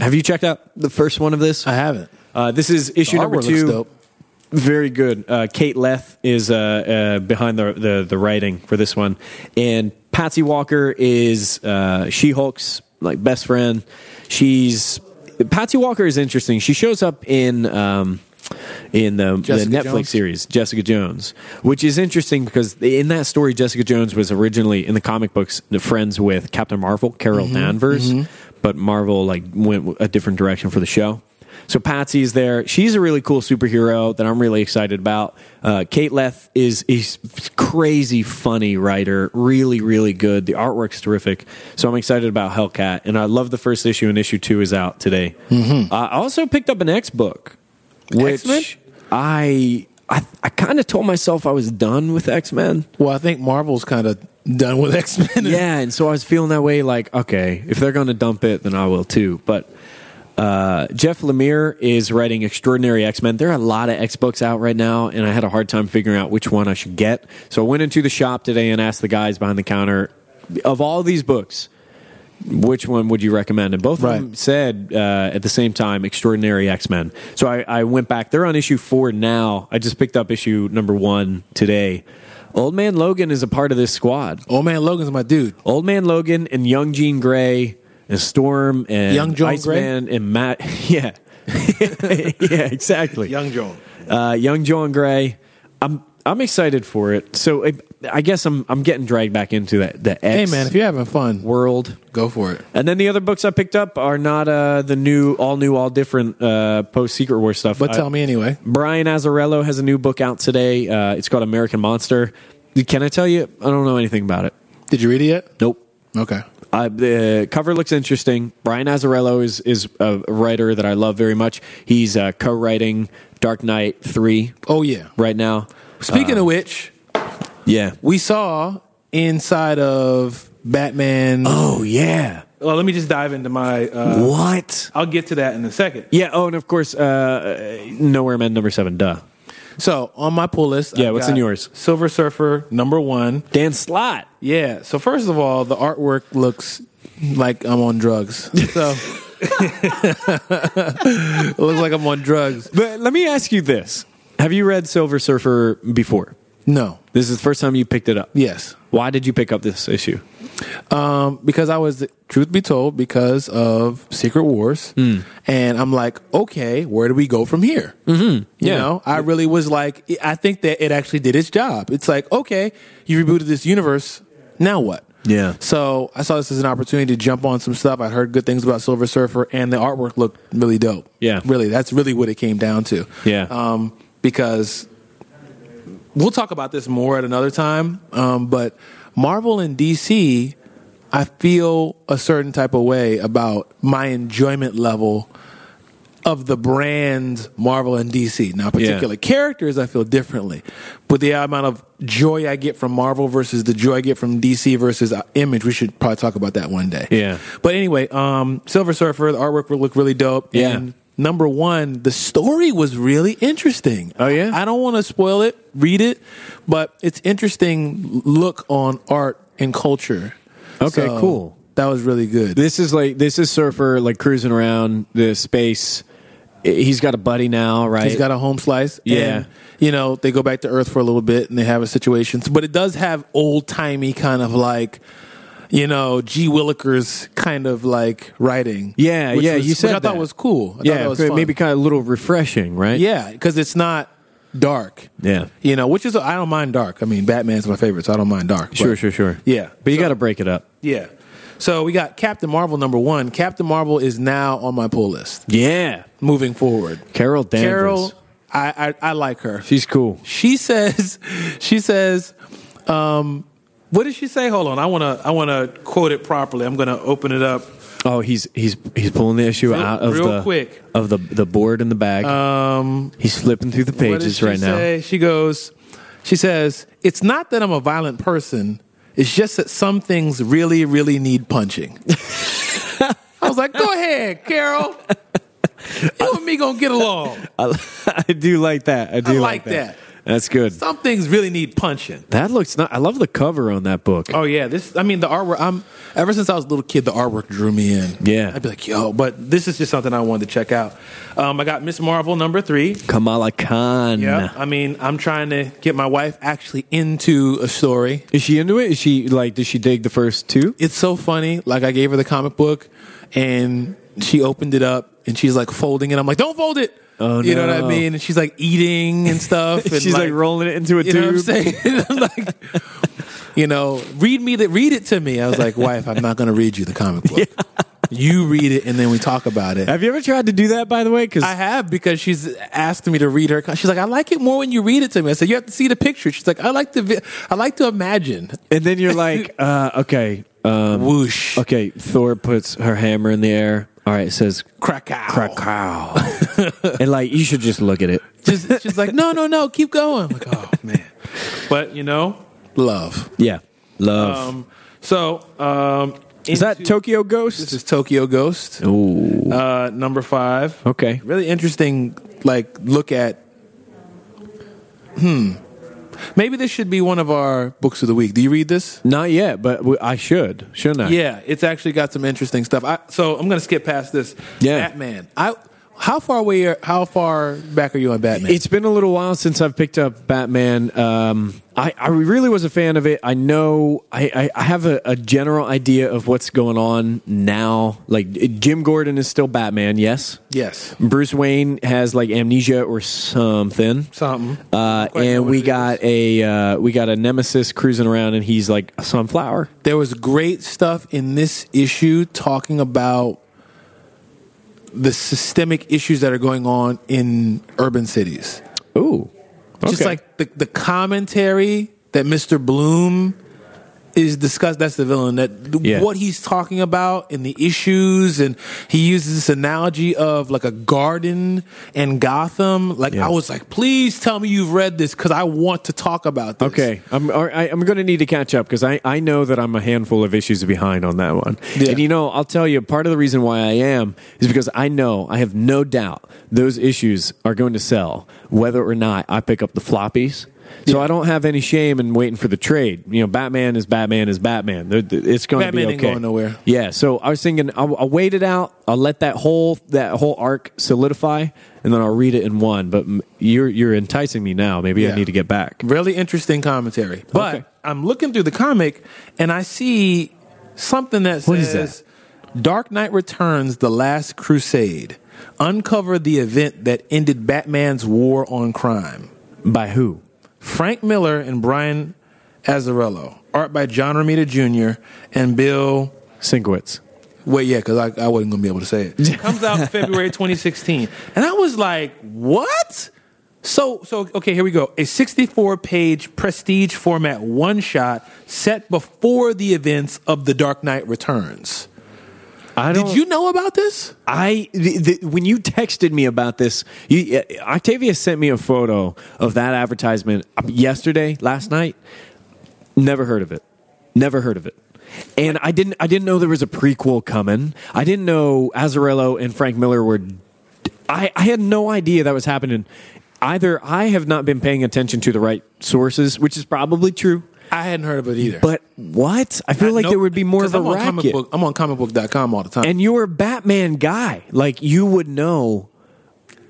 [SPEAKER 2] Have you checked out the first one of this?
[SPEAKER 1] I haven't.
[SPEAKER 2] Uh, this is issue
[SPEAKER 1] The
[SPEAKER 2] number
[SPEAKER 1] artwork looks
[SPEAKER 2] two.
[SPEAKER 1] dope.
[SPEAKER 2] Very good. Uh, Kate Leth is uh, uh, behind the, the the writing for this one, and Patsy Walker is uh, She Hulk's like best friend. She's Patsy Walker is interesting. She shows up in. Um, in the, the
[SPEAKER 1] Jessica
[SPEAKER 2] Netflix
[SPEAKER 1] Jones?
[SPEAKER 2] series, Jessica Jones, which is interesting because in that story, Jessica Jones was originally in the comic books friends with Captain Marvel, Carol Danvers, but Marvel like went a different direction for the show. So Patsy's there. She's a really cool superhero that I'm really excited about. Uh, Kate Leth is is crazy funny writer, really really good. The artwork's terrific. So I'm excited about Hellcat, and I love the first issue. And issue two is out today. I also picked up an X book, which
[SPEAKER 1] X-Men?
[SPEAKER 2] I I, I kind of told myself I was done with X Men.
[SPEAKER 1] Well, I think Marvel's kind of done with X Men.
[SPEAKER 2] Yeah, and so I was feeling that way. Like, okay, if they're going to dump it, then I will too. But uh, Jeff Lemire is writing Extraordinary X Men. There are a lot of X books out right now, and I had a hard time figuring out which one I should get. So I went into the shop today and asked the guys behind the counter of all these books. Which one would you recommend? And both of them
[SPEAKER 1] Right.
[SPEAKER 2] said uh, at the same time, Extraordinary X Men. So I, I went back. They're on issue four now. I just picked up issue number one today. Old Man Logan is a part of this squad.
[SPEAKER 1] Old Man Logan's my dude.
[SPEAKER 2] Old Man Logan and Young Jean Grey and Storm and
[SPEAKER 1] Young Joan
[SPEAKER 2] Iceman and Matt. Yeah. yeah, exactly.
[SPEAKER 1] Young Joan.
[SPEAKER 2] Uh, young John Gray. I'm I'm excited for it. So I, I guess I'm I'm getting dragged back into that the
[SPEAKER 1] Hey
[SPEAKER 2] X
[SPEAKER 1] man, if you're having fun,
[SPEAKER 2] world.
[SPEAKER 1] go for it.
[SPEAKER 2] And then the other books I picked up are not uh, the new, all new, all different uh, post Secret War stuff.
[SPEAKER 1] But
[SPEAKER 2] I-
[SPEAKER 1] tell me anyway.
[SPEAKER 2] Brian Azzarello has a new book out today. Uh, it's called American Monster. Can I tell you? I don't know anything about it.
[SPEAKER 1] Did you read it yet?
[SPEAKER 2] Nope.
[SPEAKER 1] Okay.
[SPEAKER 2] Uh, the cover looks interesting. Brian Azzarello is is a writer that I love very much. He's uh, co-writing Dark Knight three
[SPEAKER 1] Oh yeah.
[SPEAKER 2] right now.
[SPEAKER 1] Speaking of which,
[SPEAKER 2] Yeah.
[SPEAKER 1] we saw inside of Batman.
[SPEAKER 2] Oh yeah.
[SPEAKER 3] Well, let me just dive into my. Uh,
[SPEAKER 2] What?
[SPEAKER 3] I'll get to that in a second.
[SPEAKER 2] Yeah. Oh, and of course, uh, Nowhere Man number seven. Duh.
[SPEAKER 1] So on my pull list,
[SPEAKER 2] Yeah, what's in
[SPEAKER 3] got
[SPEAKER 2] yours?
[SPEAKER 1] Silver Surfer number one.
[SPEAKER 2] Dan Slott.
[SPEAKER 1] Yeah. So first of all, the artwork looks like I'm on drugs. So it looks like I'm on drugs.
[SPEAKER 2] But let me ask you this: Have you read Silver Surfer before?
[SPEAKER 1] No.
[SPEAKER 2] This is the first time you picked it up.
[SPEAKER 1] Yes.
[SPEAKER 2] Why did you pick up this issue?
[SPEAKER 1] Um, because I was, truth be told, because of Secret Wars,
[SPEAKER 2] Mm.
[SPEAKER 1] and I'm like, okay, where do we go from here? Mm-hmm. You
[SPEAKER 2] Yeah.
[SPEAKER 1] know, I really was like, I think that it actually did its job. It's like, okay, you rebooted this universe, now what?
[SPEAKER 2] Yeah.
[SPEAKER 1] So I saw this as an opportunity to jump on some stuff. I heard good things about Silver Surfer, and the artwork looked really dope.
[SPEAKER 2] Yeah.
[SPEAKER 1] really, that's really what it came down to.
[SPEAKER 2] Yeah.
[SPEAKER 1] um, because we'll talk about this more at another time. Um, but Marvel and DC, I feel a certain type of way about my enjoyment level of the brands Marvel and DC. Now, particular characters, I feel differently, but the amount of joy I get from Marvel versus the joy I get from DC versus uh, Image, we should probably talk about that one day.
[SPEAKER 2] Yeah.
[SPEAKER 1] But anyway, um, Silver Surfer, the artwork will look really dope.
[SPEAKER 2] Yeah.
[SPEAKER 1] And number one, the story was really interesting.
[SPEAKER 2] Oh, yeah?
[SPEAKER 1] I don't want to spoil it. Read it, but it's interesting look on art and culture.
[SPEAKER 2] Okay, cool.
[SPEAKER 1] That was really good.
[SPEAKER 2] This is like this is Surfer like cruising around the space. He's got a buddy now, right?
[SPEAKER 1] He's got a home slice.
[SPEAKER 2] Yeah.
[SPEAKER 1] And, you know, they go back to Earth for a little bit and they have a situation. But it does have old timey kind of like, you know, G. Willikers kind of like writing.
[SPEAKER 2] Yeah,
[SPEAKER 1] which
[SPEAKER 2] yeah,
[SPEAKER 1] was-
[SPEAKER 2] you said
[SPEAKER 1] which I
[SPEAKER 2] that.
[SPEAKER 1] thought was cool. I thought
[SPEAKER 2] yeah,
[SPEAKER 1] that was
[SPEAKER 2] okay,
[SPEAKER 1] fun.
[SPEAKER 2] maybe kind of a little refreshing, right?
[SPEAKER 1] Yeah, because it's not dark.
[SPEAKER 2] Yeah.
[SPEAKER 1] You know, which is, I don't mind dark. I mean, Batman's my favorite, so I don't mind dark. but-
[SPEAKER 2] Sure, sure, sure.
[SPEAKER 1] Yeah.
[SPEAKER 2] But you got to break it up.
[SPEAKER 1] Yeah. So we got Captain Marvel number one. Captain Marvel is now on my pull list
[SPEAKER 2] Yeah.
[SPEAKER 1] moving forward.
[SPEAKER 2] Carol Danvers.
[SPEAKER 1] Carol, I, I, I like her.
[SPEAKER 2] She's cool.
[SPEAKER 1] she says she says um what did she say hold on
[SPEAKER 3] I want to. I want to quote it properly. I'm going to open it up.
[SPEAKER 2] Oh, he's he's he's pulling the issue
[SPEAKER 3] Real-
[SPEAKER 2] out of
[SPEAKER 3] real
[SPEAKER 2] the
[SPEAKER 3] quick.
[SPEAKER 2] of the the board in the bag.
[SPEAKER 1] um
[SPEAKER 2] he's flipping through the
[SPEAKER 1] what does
[SPEAKER 2] pages
[SPEAKER 1] she
[SPEAKER 2] right now.
[SPEAKER 1] say? she goes she says it's not that i'm a violent person it's just that some things really really need punching i was like go ahead carol You and me gonna get along.
[SPEAKER 2] I, I do like that. I do
[SPEAKER 1] I like
[SPEAKER 2] like,
[SPEAKER 1] that.
[SPEAKER 2] That's good.
[SPEAKER 1] Some things really need punching.
[SPEAKER 2] That looks not. I love the cover on that book.
[SPEAKER 1] Oh yeah, this. I mean, the artwork. I'm ever since I was a little kid, the artwork drew me in.
[SPEAKER 2] Yeah.
[SPEAKER 1] I'd be like, yo, but this is just something I wanted to check out. Um, I got Miss Marvel number three.
[SPEAKER 2] Kamala Khan.
[SPEAKER 1] Yeah, I mean, I'm trying to get my wife actually into a story.
[SPEAKER 2] Is she into it? Is she like? Did she dig the first two?
[SPEAKER 1] It's so funny. Like I gave her the comic book, and she opened it up, and she's like folding it. I'm like, don't fold it.
[SPEAKER 2] Oh,
[SPEAKER 1] you know what I
[SPEAKER 2] no.
[SPEAKER 1] mean? And she's like eating and stuff. and
[SPEAKER 2] She's like, rolling it into a
[SPEAKER 1] you
[SPEAKER 2] tube.
[SPEAKER 1] know what I'm saying? I'm like, you know, read me that. Read it to me. I was like, wife, I'm not going to read you the comic book. You read it, and then we talk about it.
[SPEAKER 2] Have you ever tried to do that? By the way, because
[SPEAKER 1] I have because she's asked me to read her. She's like, I like it more when you read it to me. I said, you have to see the picture. She's like, I like to, vi- I like to imagine.
[SPEAKER 2] and then you're like, uh, okay, um,
[SPEAKER 1] Whoosh,
[SPEAKER 2] okay. Thor puts her hammer in the air. All right, it says
[SPEAKER 1] Krakow.
[SPEAKER 2] Krakow, and like you should just look at it.
[SPEAKER 1] Just, she's like, no, no, no, keep going. I'm like, oh man, but you know, love.
[SPEAKER 2] Yeah, love.
[SPEAKER 1] Um, so um,
[SPEAKER 2] Is that
[SPEAKER 1] into-
[SPEAKER 2] Tokyo Ghost?
[SPEAKER 1] this is Tokyo Ghost
[SPEAKER 2] Ooh.
[SPEAKER 1] uh, number five.
[SPEAKER 2] Okay.
[SPEAKER 1] really interesting like look at hmm maybe this should be one of our books of the week do you read this
[SPEAKER 2] Not yet, but w- I should, shouldn't I?
[SPEAKER 1] yeah it's actually got some interesting stuff I, so i'm gonna skip past this
[SPEAKER 2] Yeah.
[SPEAKER 1] batman i how far away are, how far back are you on batman
[SPEAKER 2] It's been a little while since I've picked up Batman. Um, I, I really was a fan of it. I know I, I, I have a, a general idea of what's going on now. Like Jim Gordon is still Batman, yes.
[SPEAKER 1] yes
[SPEAKER 2] Bruce Wayne has like amnesia or something.
[SPEAKER 1] something
[SPEAKER 2] Uh,
[SPEAKER 1] Quite know
[SPEAKER 2] and
[SPEAKER 1] what
[SPEAKER 2] we
[SPEAKER 1] it
[SPEAKER 2] got a uh, we got a nemesis cruising around, and he's like a sunflower.
[SPEAKER 1] there was great stuff in this issue talking about the systemic issues that are going on in urban cities
[SPEAKER 2] Ooh,
[SPEAKER 1] just
[SPEAKER 2] Okay.
[SPEAKER 1] like the, the commentary that Mr. Bloom is discussed. That's the villain. That
[SPEAKER 2] Yeah.
[SPEAKER 1] what he's talking about and the issues, and he uses this analogy of like a garden and Gotham. Like
[SPEAKER 2] Yeah.
[SPEAKER 1] I was like, please tell me you've read this because I want to talk about this.
[SPEAKER 2] Okay, I'm all right, I'm going to need to catch up because I, I know that I'm a handful of issues behind on that one.
[SPEAKER 1] Yeah.
[SPEAKER 2] And you know, I'll tell you, part of the reason why I am is because I know I have no doubt those issues are going to sell whether or not I pick up the floppies. So I don't have any shame in waiting for the trade. You know, Batman is Batman is Batman. They're- they're- It's going
[SPEAKER 1] Batman
[SPEAKER 2] to be okay.
[SPEAKER 1] ain't going nowhere.
[SPEAKER 2] Yeah. So I was thinking I'll, I'll wait it out. I'll let that whole that whole arc solidify, and then I'll read it in one. But mm, you're you're enticing me now. Maybe I
[SPEAKER 1] Yeah.
[SPEAKER 2] need to get back.
[SPEAKER 1] Really interesting commentary. But
[SPEAKER 2] Okay.
[SPEAKER 1] I'm looking through the comic and I see something that says
[SPEAKER 2] What is
[SPEAKER 1] Dark Knight Returns The Last Crusade. Uncover the event that ended Batman's war on crime.
[SPEAKER 2] By who?
[SPEAKER 1] Frank Miller and Brian Azzarello. Art by John Romita Jr. and Bill.
[SPEAKER 2] Sinkowitz.
[SPEAKER 1] Wait, yeah, because I, I wasn't going to be able to say it. Comes out in February 2016. And I was like, what? So, so okay, here we go. A 64 page prestige format one shot set before the events of The Dark Knight Returns.
[SPEAKER 2] I
[SPEAKER 1] Did you know about this?
[SPEAKER 2] I the, the, when you texted me about this, you, uh, Octavia sent me a photo of that advertisement yesterday, last night. Never heard of it. Never heard of it. And I didn't. I didn't know there was a prequel coming. I didn't know Azarello and Frank Miller were. I, I had no idea that was happening. Either I have not been paying attention to the right sources, which is probably true.
[SPEAKER 1] I hadn't heard of it either.
[SPEAKER 2] But what? I feel like
[SPEAKER 1] Nope.
[SPEAKER 2] there would be more
[SPEAKER 1] Uh, 'Cause
[SPEAKER 2] of a
[SPEAKER 1] I'm on comic
[SPEAKER 2] racket.
[SPEAKER 1] book- I'm on comicbook.com all the time.
[SPEAKER 2] and you're a Batman guy. Like you would know.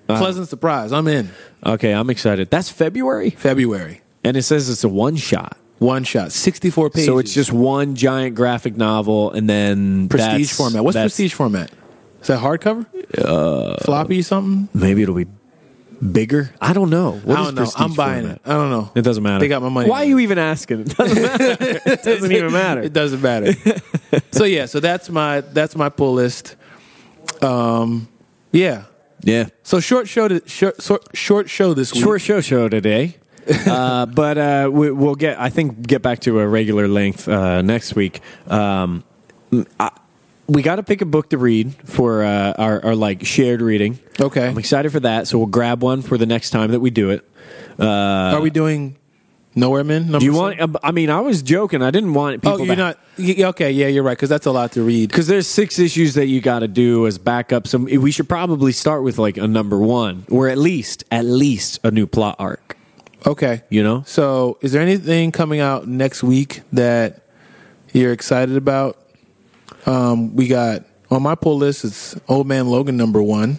[SPEAKER 1] Pleasant surprise. I'm in
[SPEAKER 2] Okay, I'm excited. That's February,
[SPEAKER 1] February.
[SPEAKER 2] and it says it's a one shot.
[SPEAKER 1] One shot, 64 pages.
[SPEAKER 2] So it's just one giant graphic novel, and then
[SPEAKER 1] prestige
[SPEAKER 2] that's-
[SPEAKER 1] format. What's
[SPEAKER 2] that's-
[SPEAKER 1] prestige format? Is that hardcover? Floppy something?
[SPEAKER 2] Maybe it'll be bigger. I don't know. What
[SPEAKER 1] I
[SPEAKER 2] is
[SPEAKER 1] don't know.
[SPEAKER 2] prestige
[SPEAKER 1] I'm buying
[SPEAKER 2] format?
[SPEAKER 1] it. I don't know.
[SPEAKER 2] It doesn't matter.
[SPEAKER 1] They got my money.
[SPEAKER 2] Why are you even asking? It doesn't matter. it doesn't even matter.
[SPEAKER 1] It doesn't matter. so yeah, so that's my that's my pull list. Um, yeah.
[SPEAKER 2] yeah.
[SPEAKER 1] So short show to, short, short short show this week.
[SPEAKER 2] Short show show today. uh, but uh, we, we'll get, I think, get back to a regular length uh, next week. Um, m- I, we got to pick a book to read for uh, our, our like shared reading.
[SPEAKER 1] Okay.
[SPEAKER 2] I'm excited for that. So we'll grab one for the next time that we do it.
[SPEAKER 1] Are we doing Nowhere Men. Number
[SPEAKER 2] Do you
[SPEAKER 1] seven?
[SPEAKER 2] want? um, I mean, I was joking. I didn't want people.
[SPEAKER 1] Oh, you're
[SPEAKER 2] to,
[SPEAKER 1] not. y- y- Okay, yeah, you're right. Because that's a lot to read.
[SPEAKER 2] Because there's six issues that you got to do as backup. Some we should probably start with like a number one, or at least at least a new plot arc.
[SPEAKER 1] Okay.
[SPEAKER 2] You know,
[SPEAKER 1] So, is there anything coming out next week that you're excited about? Um, we got on my pull list. It's Old Man Logan number one,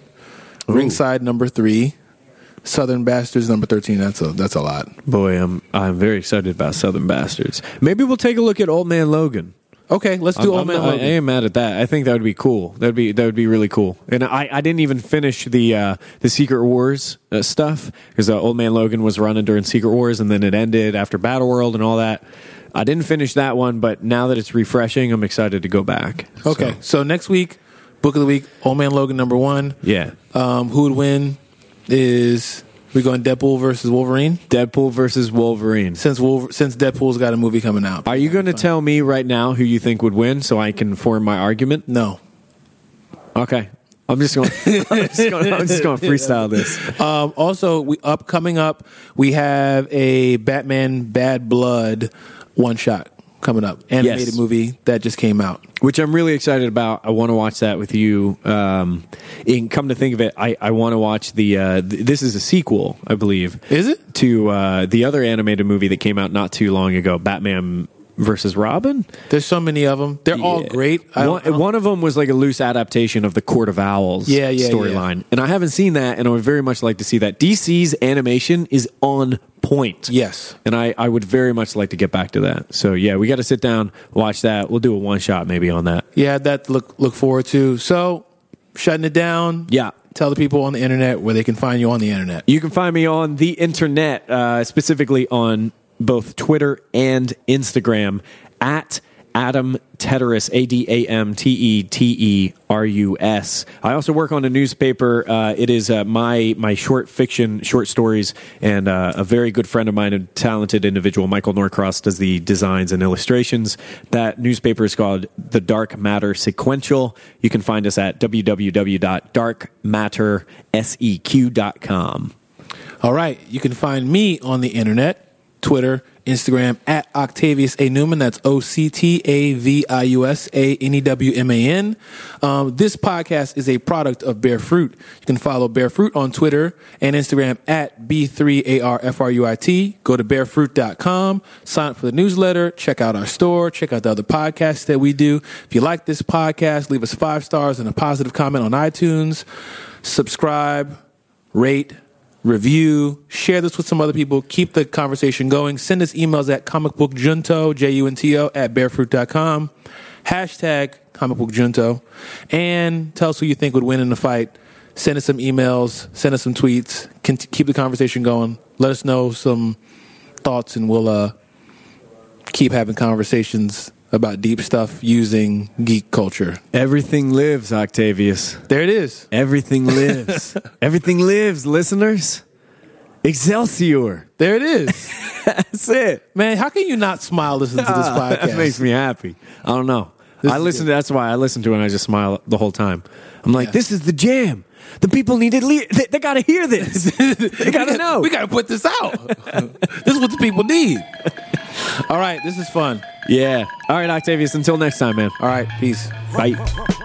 [SPEAKER 1] Ringside number three, Southern Bastards number thirteen. That's a that's a lot.
[SPEAKER 2] boy, I'm I'm very excited about Southern Bastards. Maybe we'll take a look at Old Man Logan.
[SPEAKER 1] Okay, let's do
[SPEAKER 2] I'm-
[SPEAKER 1] Old
[SPEAKER 2] I'm
[SPEAKER 1] Man
[SPEAKER 2] not- I,
[SPEAKER 1] Logan.
[SPEAKER 2] am mad at that. I think that would be cool. That'd be that would be really cool. And I, I didn't even finish the uh, the Secret Wars uh, stuff because uh, Old Man Logan was running during Secret Wars, and then it ended after Battle World and all that. I didn't finish that one, but now that it's refreshing, I'm excited to go back.
[SPEAKER 1] okay,
[SPEAKER 2] So,
[SPEAKER 1] so. next week, book of the week, Old Man Logan number one.
[SPEAKER 2] yeah,
[SPEAKER 1] Um, who would win? Is we going Deadpool versus Wolverine?
[SPEAKER 2] Deadpool versus Wolverine.
[SPEAKER 1] Since Wolver- since Deadpool's got a movie coming out.
[SPEAKER 2] Are you going to tell me right now who you think would win so I can form my argument?
[SPEAKER 1] No.
[SPEAKER 2] Okay. I'm just going. I'm just going, I'm just going to freestyle this.
[SPEAKER 1] Um, also, we up coming up, we have a Batman Bad Blood one shot coming up, animated
[SPEAKER 2] Yes.
[SPEAKER 1] movie that just came out.
[SPEAKER 2] which I'm really excited about. I want to watch that with you. Um, and come to think of it, I, I want to watch the. Uh, th- this is a sequel, I believe.
[SPEAKER 1] Is it?
[SPEAKER 2] to uh, the other animated movie that came out not too long ago, Batman versus Robin?
[SPEAKER 1] There's so many of them. They're all
[SPEAKER 2] Yeah.
[SPEAKER 1] Oh, great. I don't-
[SPEAKER 2] One, one of them was like a loose adaptation of the Court of Owls
[SPEAKER 1] Yeah, yeah,
[SPEAKER 2] storyline, and I haven't seen that, and I would very much like to see that. DC's animation is on point.
[SPEAKER 1] Yes.
[SPEAKER 2] and I, I would very much like to get back to that. So yeah, we got to sit down, watch that. We'll do a one shot maybe on that.
[SPEAKER 1] yeah, that to look look forward to. So, shutting it down.
[SPEAKER 2] Yeah.
[SPEAKER 1] Tell the people on the internet where they can find you on the internet.
[SPEAKER 2] You can find me on the internet, uh, specifically on both Twitter and Instagram at Adam Teterus, A D A M T E T E R U S. I also work on a newspaper. Uh, it is uh, my my short fiction, short stories, and uh, a very good friend of mine, a talented individual, Michael Norcross, does the designs and illustrations. That newspaper is called The Dark Matter Sequential. You can find us at E www.darkmatterseq.com.
[SPEAKER 1] All right. You can find me on the internet, Twitter, Instagram at Octavius A Newman. That's O C T A V I U S A N E W M A N. Um, This podcast is a product of Bear Fruit. You can follow Bear Fruit on Twitter and Instagram at B3ARFRUIT. Go to bearfruit.com, sign up for the newsletter, check out our store, check out the other podcasts that we do. If you like this podcast, leave us five stars and a positive comment on iTunes. Subscribe, rate, review, share this with some other people, keep the conversation going. Send us emails at comicbookjunto, J-U-N-T-O, at barefruit.com, hashtag comicbookjunto, and tell us who you think would win in the fight. Send us some emails, send us some tweets, can keep the conversation going. Let us know some thoughts, and we'll uh, keep having conversations about deep stuff using geek culture.
[SPEAKER 2] Everything lives, Octavius.
[SPEAKER 1] There it is.
[SPEAKER 2] Everything lives. Everything lives, listeners. Excelsior.
[SPEAKER 1] There it is.
[SPEAKER 2] That's it.
[SPEAKER 1] Man, how can you not smile listening to this
[SPEAKER 2] Ah,
[SPEAKER 1] podcast?
[SPEAKER 2] That makes me happy. I don't know.
[SPEAKER 1] This
[SPEAKER 2] I
[SPEAKER 1] is
[SPEAKER 2] listen
[SPEAKER 1] good.
[SPEAKER 2] to that's why I listen to it and I just smile the whole time. I'm like,
[SPEAKER 1] Yeah.
[SPEAKER 2] this is the jam. The people need to le- they, they gotta hear this. they gotta know.
[SPEAKER 1] We gotta put this out. this is what the people need. All right, this is fun.
[SPEAKER 2] yeah. All right, Octavius, until next time, man.
[SPEAKER 1] All right, peace.
[SPEAKER 2] Bye.